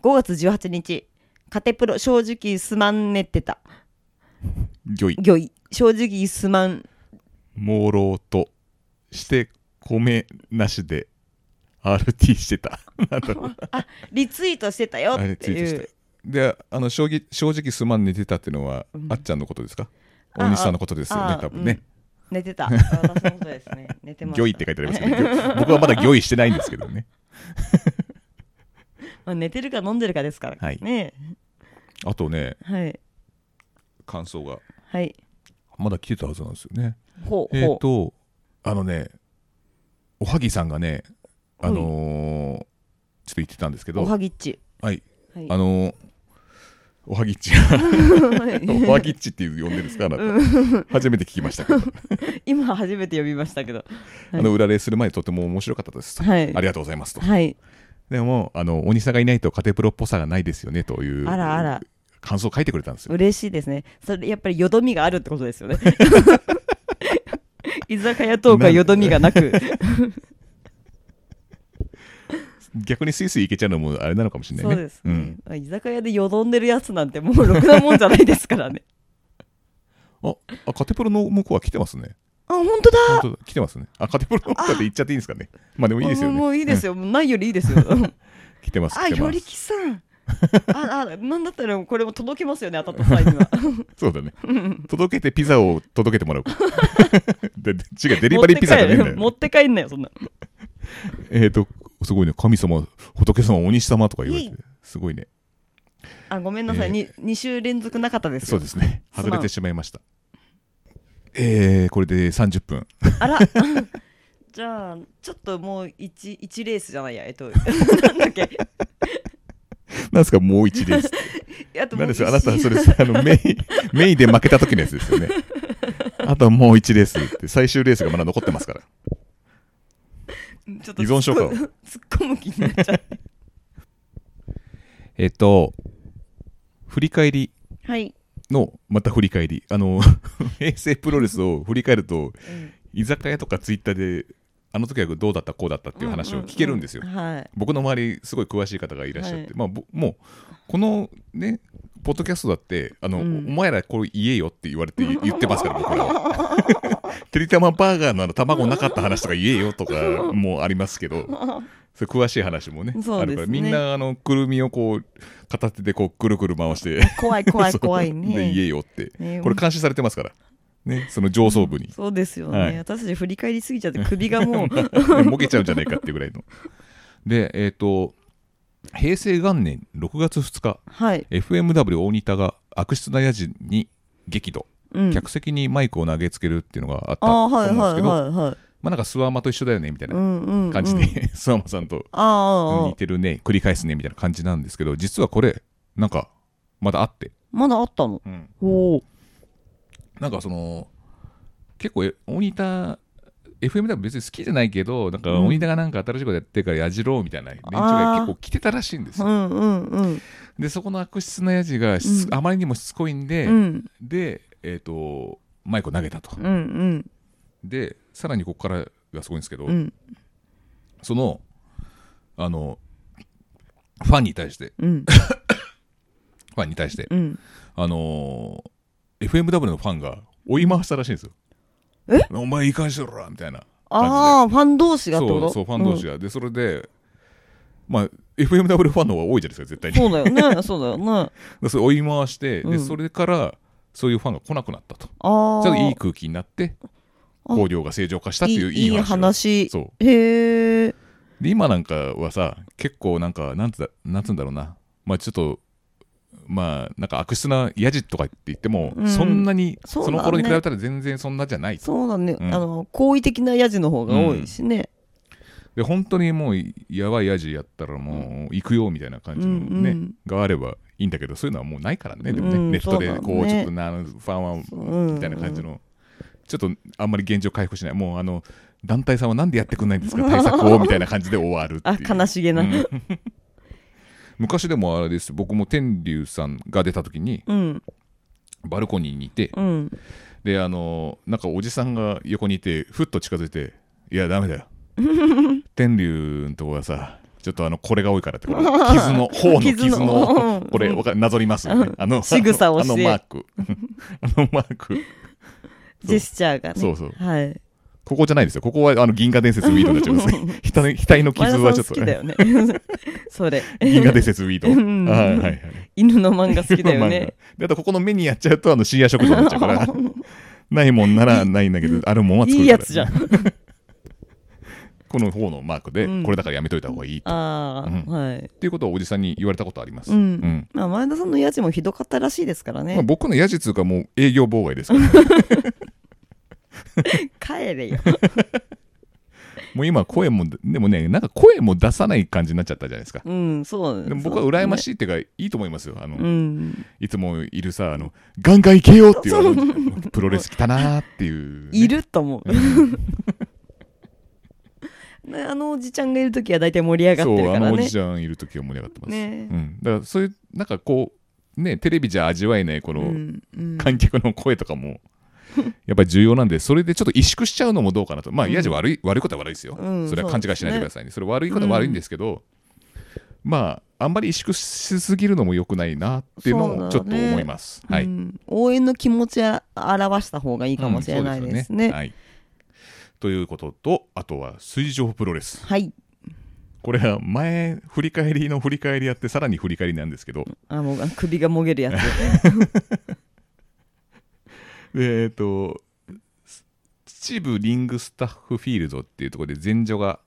B: 5月18日カテプロ正直すまんねってた
A: 魚い
B: 魚い正直すまん
A: 朦朧として、米なしで、RT し てた。なんだろう
B: リツイートしてたよ
A: あ
B: っ
A: れ、
B: て
A: ツイート
B: い
A: し
B: う
A: て。で、あの、正直、正直すまん寝てたっていうのは、あっちゃんのことですか
B: あ
A: 大西さんのことですよ
B: あ
A: ね、多分ね。
B: 寝 てた私のことですね寝てました
A: 魚いって書いてありますけど、魚僕はまだ魚いしてないんですけどね。
B: まあ、 寝てるか飲んでるかですから、
A: はい
B: ね
A: あとね、
B: えはい
A: 感想が。
B: はい
A: まだ来てたはずなんですよね。
B: ほう
A: えっ、
B: ほう、
A: と、あのね、おはぎさんがね、あのーちょっと言ってたんですけ
B: お
A: ど、
B: はぎっち
A: はい、
B: はい
A: あのーおはぎっちが、おはぎっちっていう呼んでるんですか、あなた初めて聞きまし たけど、
B: 今初めて呼びましたけ ど
A: あの裏レースする前、とても面白かったです。
B: はい
A: ありがとうございますと。
B: はい
A: でも、あの、鬼さんがいないとカテプロっぽさがないですよねという
B: あらあら
A: 感想を書いてくれたんですよ。
B: 嬉しいですねそれやっぱりよどみがあるってことです よね居酒屋トークはよどみがなく
A: 逆にスイスイいけちゃうのもあれなのかもしれない
B: そ
A: ね。
B: うです、
A: ん
B: ね居酒屋でよどんでるやつなんてもうろくなもんじゃないですからね
A: ああ、カテプロの向こうは来てますね。
B: あ本当だ
A: 本当だ来てますね。あ、カテプロとかって言っちゃっていいんですかね。まあでもいいですよね。
B: もういいですよ、もうないよりいい ですよ
A: 来てます。
B: あ
A: 来て
B: よ
A: ま
B: り
A: す。
B: きさ んああなんだったらこれも届けますよね当たった際 には
A: そうだね。届けてピザを届けても らうか。でで違う、デリバリーピザじゃねえんだ
B: 持
A: よ。
B: って帰んなよそんな
A: えっと、すごいね。神様、仏様、鬼様とか言われて。すごいね。
B: あごめんなさい、
A: えー
B: に二週連続なかったです
A: そ
B: よ
A: うですね。
B: すまん
A: 外れてしまいました。えー、これで30分。
B: あら、じゃあちょっともう 1, 一レースじゃないやえっと なんだっけ
A: なんですか、もう 一レースって。
B: あとも
A: なん
B: う
A: です
B: 一
A: か、あなた、それ、あの、メイン、メインで負けた時のやつ ですよね。あとはもう一レースって、最終レースがまだ残ってますから。
B: ちょっと
A: 依存症か
B: 突っ込む突っ込む気になっちゃう
A: えっと、振り返り
B: はい、
A: の、また振り返り。あの、 平成プロレスを振り返ると、居酒屋とかツイッターで、あの時はどうだった、こうだったっていう話を聞けるんですよ。
B: はい
A: 僕の周り、すごい詳しい方がいらっしゃって、
B: はい
A: まあ、ぼもう、このね、ポッドキャストだって、あの、
B: うん
A: お前らこれ言えよって言わ れて、言ってますから、僕らは。 てりたまバーガーのあの卵なかった話とか言えよ とかもありますけど、それ詳しい話もね、
B: そ
A: あ
B: うで
A: る
B: すね
A: から、みんな、あの、くるみをこう、片手でこう、くるくる回して、
B: 怖い怖い
A: そう
B: 怖い
A: で言
B: ね
A: えよって。
B: ね
A: これ監視されてますから。ね、その上層部に。
B: そうですよね、
A: はい
B: 私たち振り返りすぎちゃって首がもう
A: もげちゃうんじゃないかっていうぐらいの。で、えっ、と、平成元年6月2日、
B: はい、
A: FMW 大仁田が悪質なヤジに激怒、
B: うん、
A: 客席にマイクを投げつけるっていうのがあった
B: あ
A: と
B: あー
A: 思
B: は
A: うんで
B: いは
A: す
B: い
A: けど、
B: はいはい
A: まあなんか諏訪間と一緒だよねみたいな
B: うんうんうん
A: 感じで、 諏訪間さんと
B: あーあ
A: 似
B: ー
A: てるね、繰り返すねみたいな感じなんですけど、実はこれ、なんか、まだあって、
B: まだあったのおお
A: なんかその結構え大仁田 FM でも別に好きじゃないけどなんか
B: うん
A: 大仁田がなんか新しいことやってるからやじろうみたいな連中が結構来てたらしいんです
B: う
A: よ
B: んうんうん
A: でそこの悪質なやじがしつ、
B: うん
A: あまりにもしつこいんで、
B: うん
A: でえっ、とマイクを投げたと、
B: うんうん
A: でさらにここからがすごいんですけど、
B: うん
A: そのあのファンに対して
B: うん
A: ファンに対して
B: うん
A: あのー FMW のファンが追い回したらしいんですよ
B: え
A: お前いかんしろらみたいな感じで
B: ああファン同士がってこと
A: そうそうファン同士が、でそれでまあ FMW ファンの方が多いじゃないですか絶対に
B: うんそうだよねそうだよね
A: でそれ追い回して、
B: う
A: で
B: ん
A: それからそういうファンが来なくな ったとち
B: ああ
A: ょっといい空気になって
B: あ
A: 交流が正常化したっていういい話
B: いい話
A: そ
B: へえ
A: うで今なんかはさ結構なんかなんつだなんつうんだろうなまあちょっとまあなんか悪質なヤジとかって言っても、
B: うん
A: そんなに
B: そ
A: そ,、
B: うだね
A: の頃に比べたら全然そんなじゃない
B: そうだね、
A: うん
B: あの好意的なヤジの方が多いしね、
A: で本当にもうやばいやじやったらもう行くよみたいな感じの
B: う
A: ね、
B: んうん
A: があればいいんだけどそういうのはもうないからねでもね、
B: うん
A: ネットで
B: そうだ
A: こう
B: ね
A: ちょっとなファンはみたいな感じの、ちょっとあんまり現状回復しないもうあの団体さんはなんでやってくんない んですか対策をみたいな感じで終わるって
B: あ
A: いう
B: 悲しげな、
A: うん昔でもあれです僕も天竜さんが出た時に
B: うん
A: バルコニーにいて、
B: うん
A: であのなんかおじさんが横にいてふっと近づいて「いやダ メだよ天竜のとこがさちょっとあのこれが多いからっ てこれ傷の頬の傷
B: 傷の
A: のこれわかなぞりますよねあの
B: 仕草を
A: あの
B: し
A: あ
B: て
A: のマークあのマーク
B: ジェスチャーがね
A: そうそう
B: はい
A: ここじゃないですよここはあの銀河伝説ウィードになっちゃいます 額の額の
B: 前
A: 傷
B: 田さ
A: はち
B: ん
A: ょっ
B: 好
A: と
B: きだよね それ
A: 銀河伝説ウィード
B: うん
A: はいはいはい
B: 犬の漫画好きだよ
A: まあまあ
B: ね
A: であとここの目にやっちゃうとあのシーア食事になっちゃうから ないもんならないんだけどあるもんは作るから
B: いいやつじゃん
A: この方のマークで、
B: うん
A: これだからやめといた方がいいって
B: ああ、
A: うん
B: はい
A: いうことをおじさんに言われたことあります。
B: うん
A: うん
B: まあ前田さんのヤジもひどかったらしいですから
A: まあ、
B: ね
A: 僕のやじつうかもう営業妨害ですから、
B: 帰 れよ
A: もう今声もでもねなんか声も出さない感じになっちゃったじゃないですか。
B: うんそうだね
A: でも僕は羨ましいっていうか、いいと思いますよ。あの、
B: うん
A: いつもいるさ、あの、ガンガン行けよっていう、あのプロレス来たなーっていうね、
B: いると思うね あのおじちゃんがいる時は大体盛り上がってる
A: そう、
B: か
A: あ
B: ら
A: のおじ
B: ね
A: ちゃんいる時は盛り上がってます。
B: ね
A: うん。だからそういう、なんかこう、ね、テレビじゃ味わえない、こ
B: う
A: の
B: んうん
A: 観客の声とか も、やっぱり重要なんで、それでちょっと萎縮しちゃうのもどうかなと。まあ、
B: うん
A: やじ悪い、悪いことは悪いですよ。
B: うん
A: それは
B: そ
A: 勘
B: う
A: 違
B: で
A: いし
B: す
A: な
B: ね
A: いでくださいね。それ悪いことは悪いんですけど、まあ、あんまり萎縮しすぎるのも良くないなっていうの
B: そうだ
A: も
B: ね
A: ちょっと思います。はい。
B: う
A: うん
B: ん応援の気持ちを表した方がいいかもしれないです
A: そうよ
B: ね。
A: はい。ということと、あとは水上プロレス。
B: はい。
A: これは前、振り返りの振り返りやって、さらに振り返りなんですけど、
B: あ、もうあ首がもげるやつ。
A: でえっ、とす秩父リングスタッフフィールドっていうところで前女が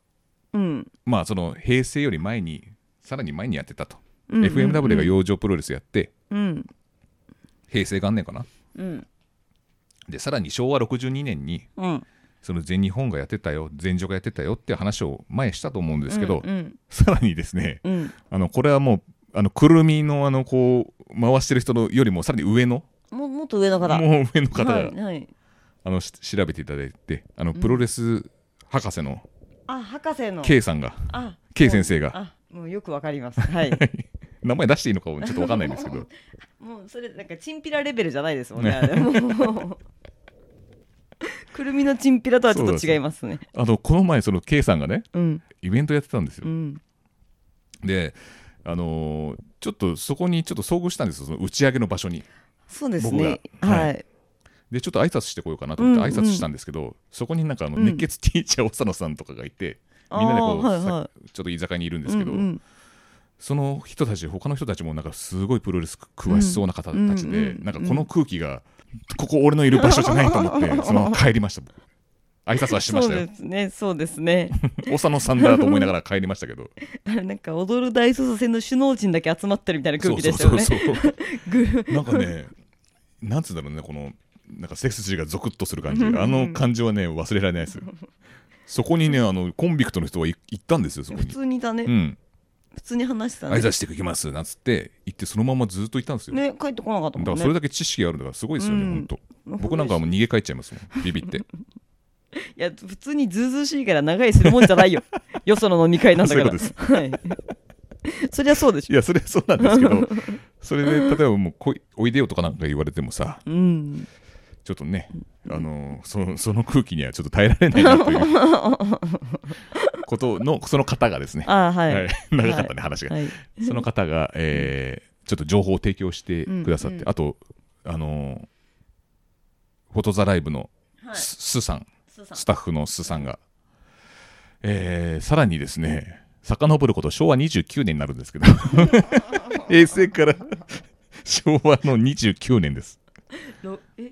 B: うん。
A: まあその平成より前にさらに前にやってたと、
B: うん
A: FMW が養生プロレスやって
B: うん。
A: 平成元年かな
B: うん。
A: でさらに昭和62年に
B: うん。
A: その全日本がやってたよ全女がやってたよっていう話を前したと思うんですけど、
B: うん
A: さらにですね
B: うんうん
A: あのこれはもうあのくるみのあのこう回してる人のよりもさらに上の
B: ももっと上の方
A: もう上の方が、
B: はいはい
A: あのし調べていただいてあのプロレス博士の
B: あ博士の
A: K さんが、
B: あ
A: K 先生が
B: あもうよくわかりますはい
A: 名前出していいのかもちょっとわかんないんですけど
B: もうそれなんかチンピラレベルじゃないですもんね。あれもうくるみのチンピラとはちょっと違いますね。
A: あのこの前その K さんがね
B: うん
A: イベントやってたんですよ
B: う、ん
A: であのーちょっとそこにちょっと遭遇したんですよその打ち上げの場所に
B: そうですね。
A: 僕が
B: はい、
A: でちょっと挨拶してこようかなと思って
B: うん
A: 挨拶したんですけど、そこになんかあの
B: うん
A: 熱血ティーチャー長野さんとかがいて、
B: あー
A: みんなでこう、
B: はい
A: さ
B: は
A: ちょっと居酒屋にいるん
B: い
A: ですけど、
B: うんうん
A: その人たち他の人たちもなんかすごいプロレス詳しそうな方たちで、
B: うんうん
A: なんかこの空気が、ここ俺のいる場所じゃない と思ってそのまま帰りました僕挨拶はしま
B: そ
A: し
B: う
A: たよ
B: ですねそうですね。
A: 長野さんだと思いながら帰りましたけど
B: あれ なんか踊る大捜査線の首脳陣だけ集まってるみたいな空気でしたよね。
A: そうそうそう
B: ぐ
A: そうなんかねなんつうんだろうねこのなんか背筋がゾクッとする感じあの感じはね忘れられないですそこにねあのコンビクトの人がい行ったんですよそこ
B: 普
A: に。
B: 通にだね、
A: うん、
B: 普通に話してた
A: 挨
B: ね。
A: 拶してきますなんつって行ってそのままずっと行ったんですよ、
B: ね帰ってこなかった
A: だか
B: も
A: ら
B: ん
A: それ
B: ね。
A: だけ知識があるんだからすごいですよね、
B: うん
A: ほんと僕なんかはもう逃げ帰っ ちゃいますもん、ビビって。
B: いや普通にずうずうしいから長いするもんじゃない よ。よその飲み会なんだから。
A: そういう
B: はい。 そりゃそうでし
A: いや、それはそうなんですけ ど、それで例えばもうこい、おいでよとかなんか言われてもさ、
B: ょ。うん。
A: ちょっとね、あのーそのその空気にはちょっと耐えられないな ということの、その方がですね、
B: あーはい。
A: はい、長かったね、話が。
B: はい、
A: その方が、えーちょっと情報を提供してくださって、
B: うんう
A: あと、あのーフォトザライブのススさん、スタッフのスさんが、えーさらにですね、遡ること昭和29年になるんです けど、平成から昭和の29年です。
B: ろえ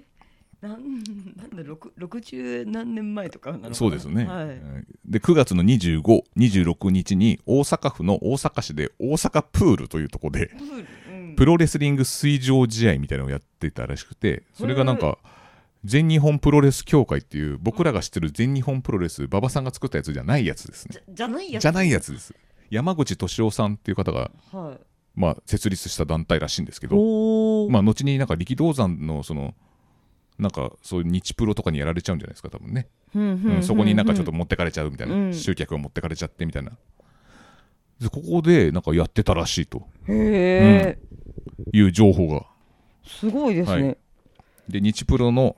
B: なんなんだろく60何年前とかなのかな
A: そうですね。
B: はい
A: で、9月の25、26日に大阪府の大阪市で大阪プールというところで、
B: プールうん
A: プロレスリング水上試合みたいなのをやってたらしくて、それがなんか、全日本プロレス協会っていう僕らが知ってる全日本プロレス馬場さんが作ったやつじゃないやつですね
B: じゃないや
A: じゃないやつです山口敏夫さんっていう方が、
B: はい
A: まあ、設立した団体らしいんですけど、
B: おお、
A: まあ、後になんか力道山のそのなんかそういう日プロとかにやられちゃうんじゃないですか多分ね、
B: ふんふん
A: うんそこになんかちょっと持ってかれちゃうみたいな、
B: うん
A: 集客を持ってかれちゃってみたいなでここでなんかやってたらしいと
B: へえ、
A: いう情報が
B: すごいですね、
A: はいで日プロの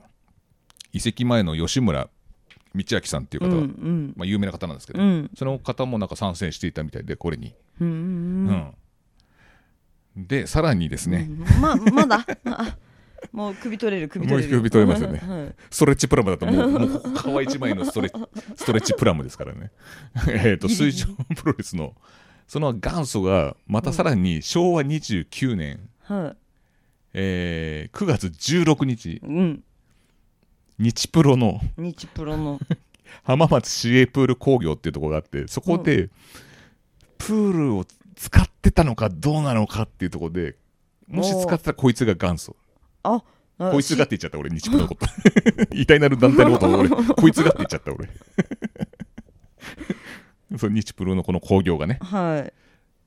A: 移籍前の吉村道明さんっていう
B: う
A: 方
B: ん
A: が、
B: うん
A: まあ、有名な方なんですけど、
B: うん
A: その方もなんか参戦していたみたいでこれに、
B: うんう
A: うん
B: うん
A: んでさらにですね、
B: ままだあもう首取れる首取れる
A: もう首取れますよね
B: はい
A: ストレッチプラムだともう、もう皮一枚のストレッチ、ストレッチプラムですからね。 えっと、水上プロレスの、その元祖が、またさらに昭和29年、
B: はい
A: えー9月16日、
B: うん
A: 日プロの
B: 日プロの
A: 浜松市営プール工業っていうところがあって、そこで、プールを使ってたのかどうなのかっていうところで、もし使ってたらこいつが元祖。
B: ああ
A: こいつがって言っちゃった俺、日プロのこと。 偉大なる団体のこと を俺、こいつがって言っちゃった俺。 そう日プロのこの興行がね。
B: はい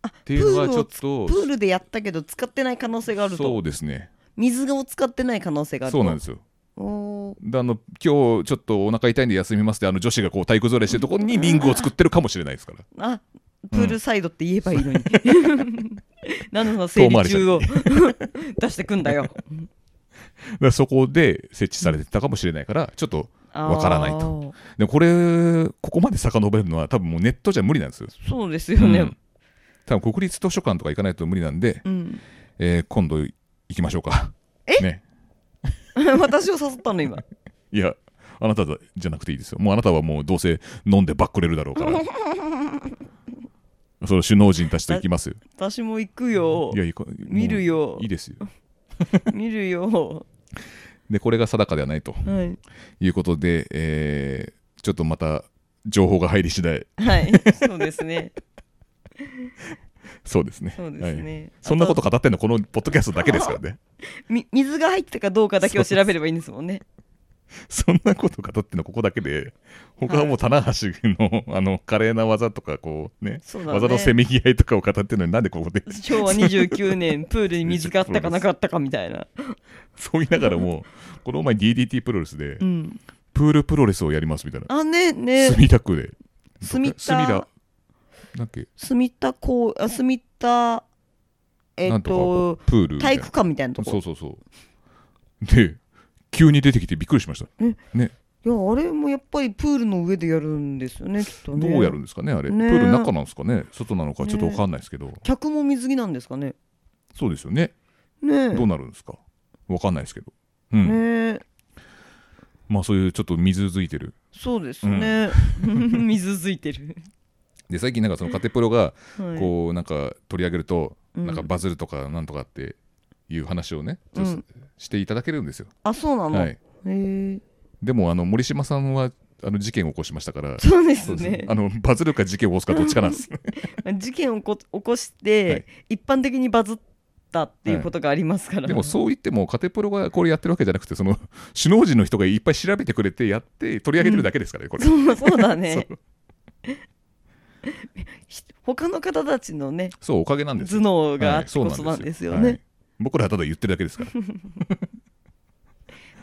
A: っていうのはちょっと
B: プ、ールでやったけど使ってない可能性がある
A: そ
B: と
A: うですね。
B: 水を使ってない可能性があると
A: そうなんですよ。
B: おー
A: であの今日ちょっとお腹痛いんで休みますってあの女子がこう体育座りしてるところにリングを作ってるかもしれないですから
B: あプールサイドって言えばいいのに。なんでその生理中を出してくんだよ。
A: だからそこで設置されてたかもしれないからちょっとわからないと
B: と。
A: でこれここまで遡れるのは多分もうネットじゃ無理なんですよ、
B: そうですよ
A: う
B: ね
A: ん。多分国立図書館とか行かないと無理なんで、
B: うん、
A: えー今度行きましょうかえね
B: 私を誘ったの今。
A: いや、あなたじゃなくていいですよ。もうあなたはもうどうせ飲んでばっくれるだろ うから。その首脳陣たちと行きますよ。
B: 私も行くよ
A: い。や、行か
B: 見るよ
A: もういいですよ。
B: 見る よ。
A: で、これが定かではないと
B: はい。
A: いうことで、えーちょっとまた情報が入り次第、
B: はい。そうですね。
A: そうですね。
B: そうです
A: はい
B: ね。
A: そんなこと
B: と
A: 語ってんのこのポッドキャストだけですからね。
B: み水が入ってたかどうかだけを調べればいいんですもんね。
A: そんなこと語ってんのここだけで他はもう棚橋のあの華麗な技とかこうね
B: そうだね
A: 技のせめぎ合いとかを語ってるのになんでここで
B: 昭和29年プールに水があったかなかったかみたいな、
A: そう言いながら もこの前 DDT プロレスで
B: うん、
A: プールプロレスをやりますみたいな
B: あねね
A: 墨田区で
B: 墨田
A: 墨田なんだっけ
B: 住田こうあ住田えっ、
A: なんと
B: と
A: かプールみた
B: 体
A: い
B: 育
A: な
B: 館みたいなとこ
A: そうそうそうで急に出てきてびっくりしました
B: いやあれもやっぱりプールの上でやるんですよねきっと
A: ど
B: ね
A: うやるんですかねあれプ
B: ね
A: ールの中なんですかね外なのかちょっと分かんないですけど
B: 客も水着なんですかね
A: そうですよね
B: ね
A: どうなるんですか分かんないですけどうん
B: ね
A: まあそういうちょっと水づいてる
B: そうですね、 水ついてる、
A: で最近なんかそのカテプロが
B: はい
A: こうなんか取り上げると
B: うん
A: なんかバズるとかなんとかっていう話をね、
B: うん
A: ちょっとしていただけるんですよ、
B: あそうなの、
A: は
B: へ
A: い、
B: え
A: でもあの森島さんはあの事件を起こしましたから
B: そうです
A: そうです
B: ね
A: ねあのバズるか事件を起こすかどっちかな んです
B: 事件をこ起こして、
A: はい
B: 一般的にバズったっていうことがありますから、
A: でもそう言ってもカテプロがこれやってるわけじゃなくてその首脳陣の人がいっぱい調べてくれてやって取り上げてるだけですからねこれ、
B: そうそうだね
A: そう
B: ひ他の方たちのね
A: そうおかげなんです
B: 頭脳があ
A: は
B: っ
A: い
B: てこそなんですよね、
A: はい僕らはただ言ってるだけですか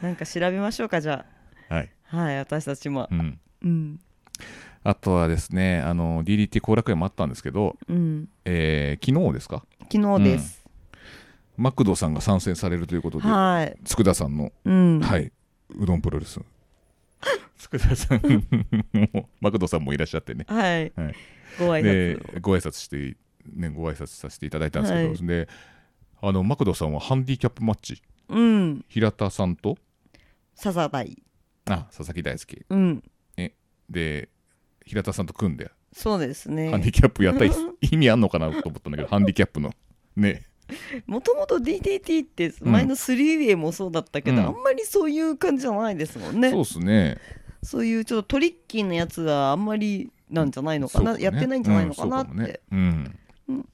B: なんか調べましょうかじゃ
A: らはい、
B: あはい私たちも
A: うん、
B: うん
A: あとはですねあの DDT 後楽園もあったんですけど、
B: うん
A: えー昨日ですか
B: 昨日です、
A: マクドさんが参戦されるということで、
B: はい
A: 佃さんの、
B: うん、
A: はいうどんプロレ ス佃さんもマクドさんもいらっしゃってね
B: はい
A: はい
B: ご挨拶
A: でご挨拶してねご挨拶させていただいたんですけど、
B: はい
A: であのマクドさんはハンディキャップマッチ
B: うん
A: 平田さんと
B: 笹大
A: あ佐々木大輔
B: うん
A: で平田さんと組んで
B: そうです
A: ハン
B: ね
A: ディキャップやったり意味あんのかなと思ったんだけ どハンディキャップのね
B: もともと DDT って
A: うん
B: 前の 3way もそうだったけど、
A: うん
B: あんまりそういう感じじゃないですもんね
A: そうですね
B: そういうちょっとトリッキーなやつはあんまりなんじゃないのか
A: そう
B: な、
A: もね
B: やってないんじゃないのかなって、
A: うんそうもねうん
B: うん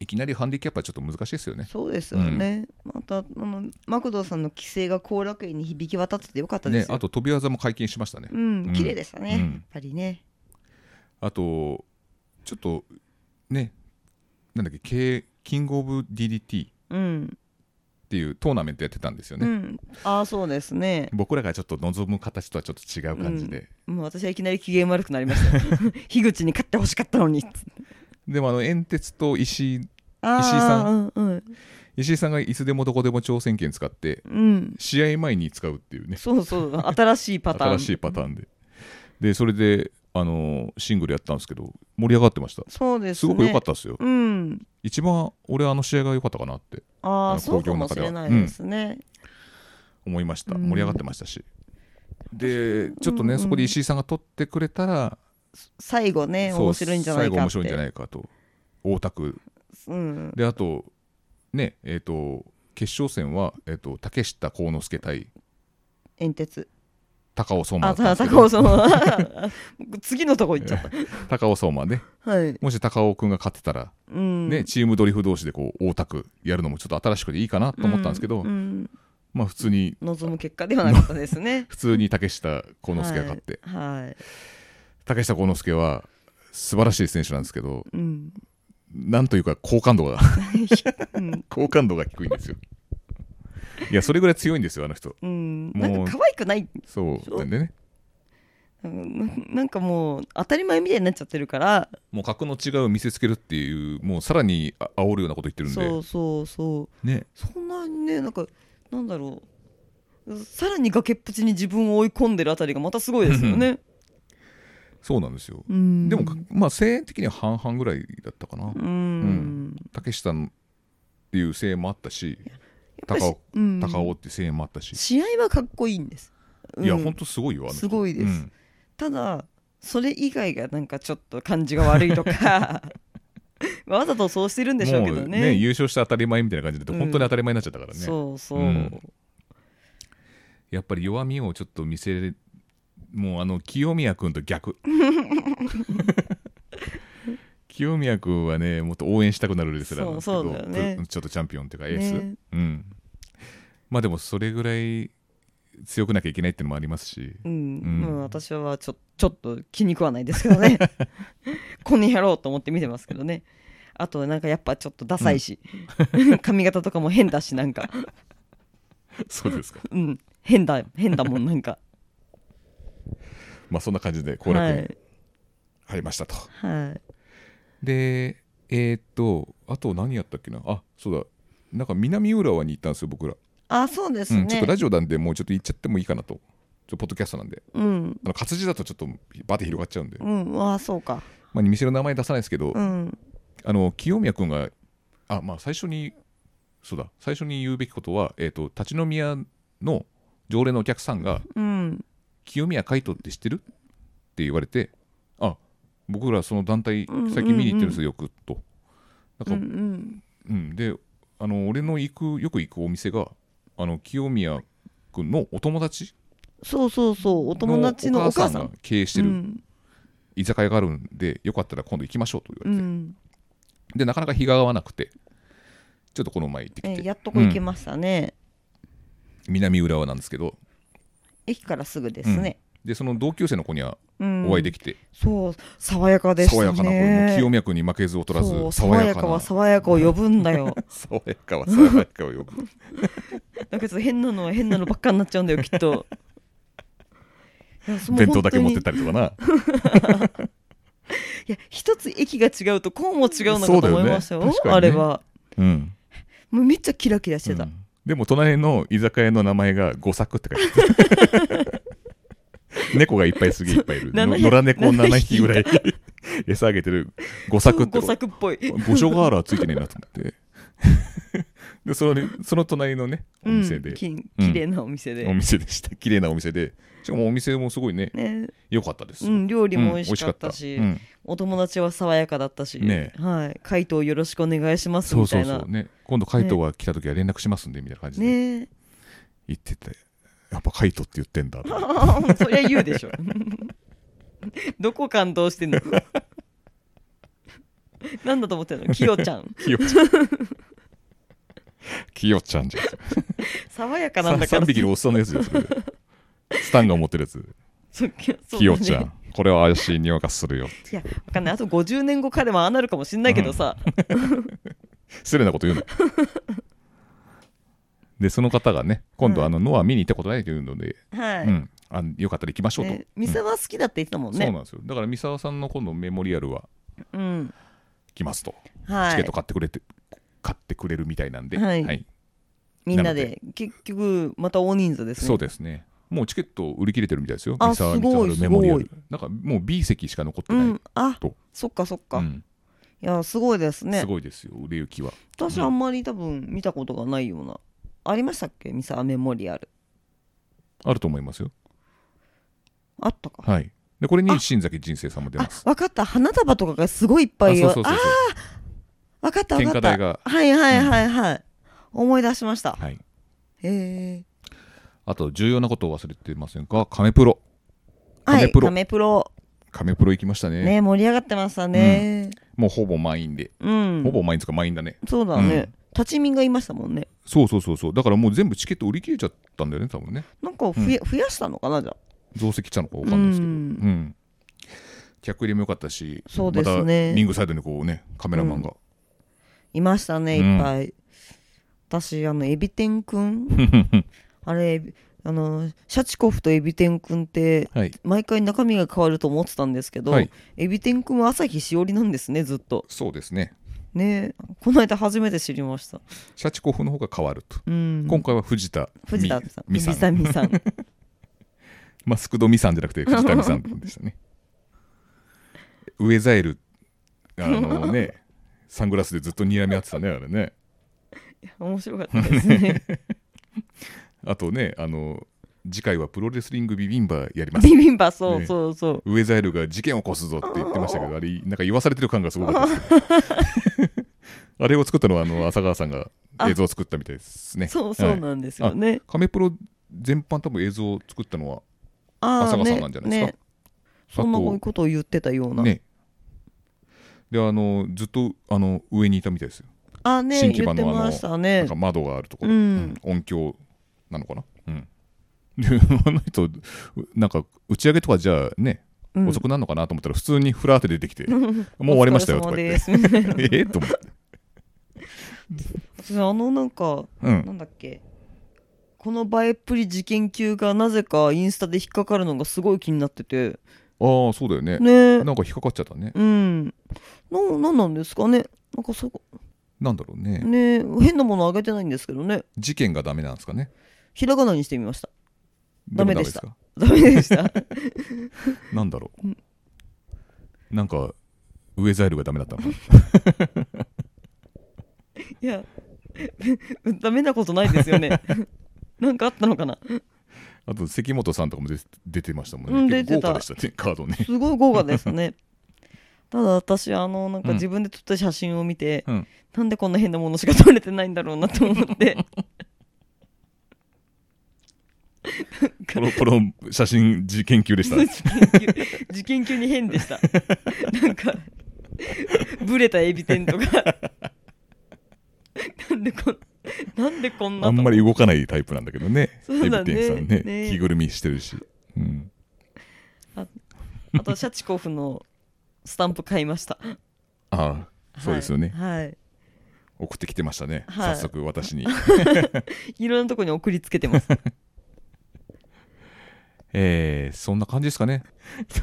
A: いきなりハンディキャップはちょっと難しいですよね
B: そうですよね、またあのマクドさんの規制が後楽園に響き渡っててよかったで
A: ね
B: すよ、
A: あと飛び技も解禁しましたね、
B: うん綺麗でしたね、
A: うん
B: やっぱりね
A: あとちょっとねなんだっけ K キングオブ DDT っ
B: うん、
A: ていうトーナメントやってたんですよ
B: う
A: ね、
B: ん、ああそうですね
A: 僕らがちょっと望む形とはちょっと違う感じで、
B: もう私はいきなり機嫌悪くなりましたよ 樋口に勝ってほしかったのに
A: でもあの煙鉄と石井
B: あー
A: 石井さん
B: うんうん
A: 石井さんがいつでもどこでも挑戦権使って
B: うん
A: 試合前に使うっていうね
B: そうそう新しいパターン
A: 新しいパターンででそれであのシングルやったんですけど盛り上がってました
B: そうですね
A: すごく良かったですよ
B: うん
A: 一番俺あの試合が良かったかなって
B: あ
A: あ
B: あ
A: の
B: そうかもしれないですね、
A: 思いました
B: うん
A: 盛り上がってましたし、でちょっとね、
B: うん
A: そこで石井さんが取ってくれたら
B: 最後ね
A: そう
B: 面白いんじゃない
A: 最後
B: かっ
A: 面白いんじゃ
B: て
A: ないかと大田区
B: うん
A: であとねえっ、と決勝戦は、えー、と竹下幸之助対
B: 煙鉄
A: 高尾相馬だ
B: あ
A: ったん
B: た
A: ですけ
B: 高尾
A: ど
B: さんは 次のとこ行っちゃった
A: 高尾相馬ね
B: はい
A: もし高尾君が勝ってたら、
B: うん
A: ねチームドリフ同士でこう大田区やるのもちょっと新しくでいいかなと思ったんですけど、
B: うんうん
A: まあ普通に
B: 望む結果ではなかったです ね
A: 普通に竹下幸之助が勝って、
B: はい、はい
A: 竹下幸之助は素晴らしい選手なんですけど
B: うん
A: なんというか好感度が
B: うん
A: 好感度が低いんですよ。いや、それぐらい強いんですよ、あの人。
B: うん、
A: も
B: な
A: うん
B: か可愛くない、
A: そう。なんでね、
B: うんなんかもう当たり前みたいになっちゃってるから
A: もう格の違う見せつけるっていう、もうさらにあ煽るようなこと言ってるん
B: そ
A: で、
B: うそうそう
A: ね、
B: そんなにねなんかなんだろうさらに崖っぷちに自分を追い込んでるあたりがまたすごいですよね。
A: そうなんですよ。
B: うん
A: でも、まあ、声援的には半々ぐらいだったかな。
B: うん、
A: 竹下っていう声援もあったし、
B: やっぱし
A: 高尾、
B: うん
A: 高尾っていう声援もあったし、
B: 試合はかっこいいんです。うん
A: いや、ほんとすごいよ、あの人
B: すごいです
A: うん
B: ただそれ以外がなんかちょっと感じが悪いと かわざとそうしてるんでしょうけど
A: もう
B: ね。
A: 優勝して当たり前みたいな感じで、
B: うん
A: 本当に当たり前になっちゃったからね。
B: そうそう、
A: うんやっぱり弱みをちょっと見せれもうあの清宮君と逆 清宮君はねもっと応援したくなるレスラーなんですけど
B: そうそうだよね
A: プロちょっとチャンピオンっていうかエース、
B: ね
A: うんまあでもそれぐらい強くなきゃいけないっていうのもありま すし、
B: うん、
A: うん
B: まあ私はちょちょっと気に食わないですけどね この野郎と思って見てますけどねあとなんかやっぱちょっとダサいし、 髪型とかも変だしなんか
A: そうですか。
B: うん変だ変だもんなんか
A: まあそんな感じで後楽
B: は
A: 園
B: い
A: 入りましたと。
B: はい
A: で、えーっと、あと何やったっけな、あそうだ、なんか南浦和に行ったんですよ、僕ら。
B: あそうです
A: う
B: ね、
A: ん、ちょっとラジオなんで、もうちょっと行っちゃってもいいかなと、ちょっとポッドキャストなんで、
B: うん
A: あの活字だとちょっとバテ広がっちゃうんで、
B: うんあそうか
A: まあ、店の名前出さないですけど、
B: うん
A: あの清宮君が、あまあ、最初に、そうだ、最初に言うべきことは、えーっと立ち飲み屋の常連のお客さんが、
B: うん
A: 清宮海斗って知ってるって言われてあ僕らその団体最近見に行ってるんですよ、よくとなん
B: う
A: か、
B: ん
A: うんであの俺の行くよく行くお店があの清宮君のお友達
B: そうそうそうお
A: お
B: 友達のお母さん
A: が経営して
B: う
A: る
B: ん
A: 居酒屋があるんで、よかったら今度行きましょうと
B: う
A: 言われて、
B: ん
A: でなかなか日が合わなくてちょっとこの前行ってき
B: え
A: て、
B: やっとこ行きましたね、
A: 南浦和なんですけど
B: 駅からすぐですね、
A: でその同級生の子には
B: うん
A: お会いできて、
B: そう爽やかでしたね
A: 爽やかな、俺も清宮君に負けず劣らず
B: そう
A: 爽
B: 爽
A: や
B: や
A: か
B: か
A: な
B: は爽やかを呼ぶんだよ
A: 爽やかは 爽やかを呼ぶ
B: なんかちょっと変なのは変なのばっかになっちゃ うんだよきっといやその
A: 弁当だけ持ってっ
B: 本
A: たりとかな
B: 当にいや一つ駅が違うとこうも違うの
A: そう
B: かと
A: だよね
B: 思いましたよ
A: 確かにね
B: あれは
A: うん、
B: もうめっちゃキラキラしてた、
A: うんでも隣の居酒屋の名前が「五作」って書いて た猫がいっぱいすげえいっぱいいるの
B: 700
A: 野良猫7匹ぐらい 餌あげてる五作って
B: 超五作っぽい
A: 五所川原はついてねえなと思って でそのその隣のねお店で
B: うん、、き綺麗なお店で、
A: お店でした綺麗なお店でしかもお店もすごいね
B: ね
A: 良かったです、
B: うん、料理
A: うん
B: も美味しかったし,、
A: うん
B: お友達は爽やかだったし、
A: ね
B: はい、回答よろしくお願いします
A: そ
B: み
A: う
B: た
A: そ
B: いうな
A: そうね今度海斗が来た時は連絡しますんでみたいな感じで
B: ね
A: 言ってて、やっぱカイトって言ってんだと
B: そりゃ言うでしょどこ感動してんの なんだと思ってんのキヨちゃん
A: キヨちゃんキヨちゃんじゃん
B: 爽やかなんだから
A: 3匹のおっさんのやつですスタンが持ってるやつ、
B: そうそう
A: キヨちゃ
B: だね
A: んこれは怪しい匂いがするよ
B: いやわかんないあと50年後彼もああなるかもしんないけどさ、
A: 失礼なこと言うなでその方がね今度あのノア見に行ったことないというので、
B: はい、
A: うん、あよかったら行きましょうと、
B: ね三
A: うん
B: 沢好きだって言ってたもん
A: そう
B: ね
A: なんですよだから三沢さんの今度メモリアルは
B: うん、
A: 来ますと、チ
B: は
A: ケット
B: い
A: 買ってくれて買ってくれるみたいなんで、
B: はいみんな
A: なの
B: で結局また大人数ですね
A: そうですね。もうチケット売り切れてるみたいですよ。
B: あ
A: 三沢
B: すごい
A: 三沢メモリアル
B: す。
A: なんかもう B 席しか残って
B: う
A: ない。
B: んあ
A: と
B: そっかそっか、
A: う
B: い
A: ん
B: やすごいですね
A: すごいですよ、売れ行きは。
B: 私あんまり多分見たことがないようなありましたっけ三沢メモリアル
A: あると思いますよ。
B: あったか
A: はい。で、これに
B: あ
A: 新崎人生さんも出
B: あ
A: ます。
B: わかった花束とかがすごいいっぱい
A: そ
B: よ
A: うそうそうそう。
B: わかったわ
A: 献
B: か
A: 花
B: った
A: 台が。
B: はいはいはいはい、思い出しました
A: はい。
B: へえ
A: あと、重要なことを忘れてませんか亀プロ。
B: は
A: カメ
B: い
A: プロ
B: カメプロ
A: 亀プロ行きましたね。
B: ね盛り上がってましたね
A: もうほぼ満員で。
B: うん、
A: ほぼ満員ですか、満員だね。
B: そうだね、
A: うん
B: 立ち見がいましたもんね
A: そうそうそうそう。だからもう全部チケット売り切れちゃったんだよね、多分ね。
B: なんか増や,、増やしたのかなじゃあ
A: 増席したのかわかんないですけど。
B: うん
A: うん。客入れもよかったし、
B: そうですね
A: またリングサイドにこうね、カメラマンが。
B: いましたね
A: うん
B: いっぱい、私あのエビ天くん あれあのシャチコフとエビ天くんって
A: はい。
B: 毎回中身が変わると思ってたんですけど、
A: はい
B: エビ天くんは朝日しおりなんですねずっと
A: そうですね。
B: ねこの間初めて知りました
A: シャチコフの方が変わると。
B: うん
A: 今回は藤田
B: 藤田さん
A: 美美さん。
B: 美さん美さん
A: マスクドミさんじゃなくて藤田美さんでしたね。ウェザエル、あのね、 サングラスでずっと睨み合ってたね、あれね。
B: 面白かった ですね
A: あとね、あの、次回はプロレスリングビビンバやります。
B: ビビンバそ
A: ね
B: うそうそう、
A: ウェザエルが事件を起こすぞって言ってましたけど、あれ、なんか言わされてる感がすごかったです けどあれを作ったのは、あの、浅川さんが映像を作ったみたいですね。
B: そうそう
A: はい
B: なんですよね、
A: カメプロ全般多分映像を作ったのは
B: あ
A: 浅
B: あ
A: 賀
B: ね
A: さんなんじゃないですか
B: ねそんなこういうことを言ってたような、
A: ねであのずっとあの上にいたみたいですよ
B: ああね
A: 新規
B: 言
A: 版
B: っ
A: の
B: て
A: あの
B: ました
A: な
B: ね
A: んか窓があるところ、
B: うん
A: 音響なのかな、うん、であの人なんか打ち上げとかじゃあね、
B: うん
A: 遅くなるのかなと思ったら普通にフラーって出てきてもう終わりましたよとか言ってえっと思って、
B: 私あのなんか
A: うん、
B: なんだっけこの映えっぷり事件級がなぜかインスタで引っかかるのがすごい気になってて
A: ああそうだよね
B: ねえ
A: なんか引っかかっちゃったね
B: うんななんなんですかねなんかそこ
A: なんだろうね
B: ねえ変なものあげてないんですけどね
A: 事件がダメなんですかね
B: ひらがなにしてみましたダメでした
A: もダ
B: ダメでした
A: メですかなんだろう、なんかウェザイルがダメだったのかない
B: やダメなことないですよねなんかあったのかな
A: あと関本さんとかも出て出てましたもんね、
B: うん出
A: 結構
B: てた
A: 豪華でしたねカードね
B: すごい豪華ですねただ私あのなんか自分で撮った写真を見て、
A: うん
B: なんでこんな変なものしか撮れてないんだろうなと思って
A: この この写真事件級 でした
B: 事件級に変でしたなんかブレたエビ天とかなんでこんなんでこんな
A: あんまり動かないタイプなんだけどね、
B: そうだね
A: エビ天さんね
B: ね
A: 着ぐるみしてるし、うん、
B: あとシャチコフのスタンプ買いました
A: ああ、そうですよね、
B: はい
A: 送ってきてましたね、
B: はい
A: 早速 私に。
B: いろんなとこに送りつけてます
A: えー、そんな感じです かね。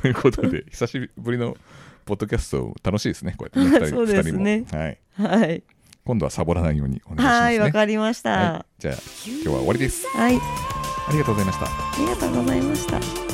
A: ということで、久しぶりのポッドキャスト、楽しいですね、こうやって、ね、
B: そうですね
A: 二人も、はい。
B: はい
A: 今度はサボらないようにお願いします、
B: は
A: ね。
B: いわかりました
A: はいじゃあ、今日は終わりです。
B: はい
A: ありがとうございました。
B: ありがとうございました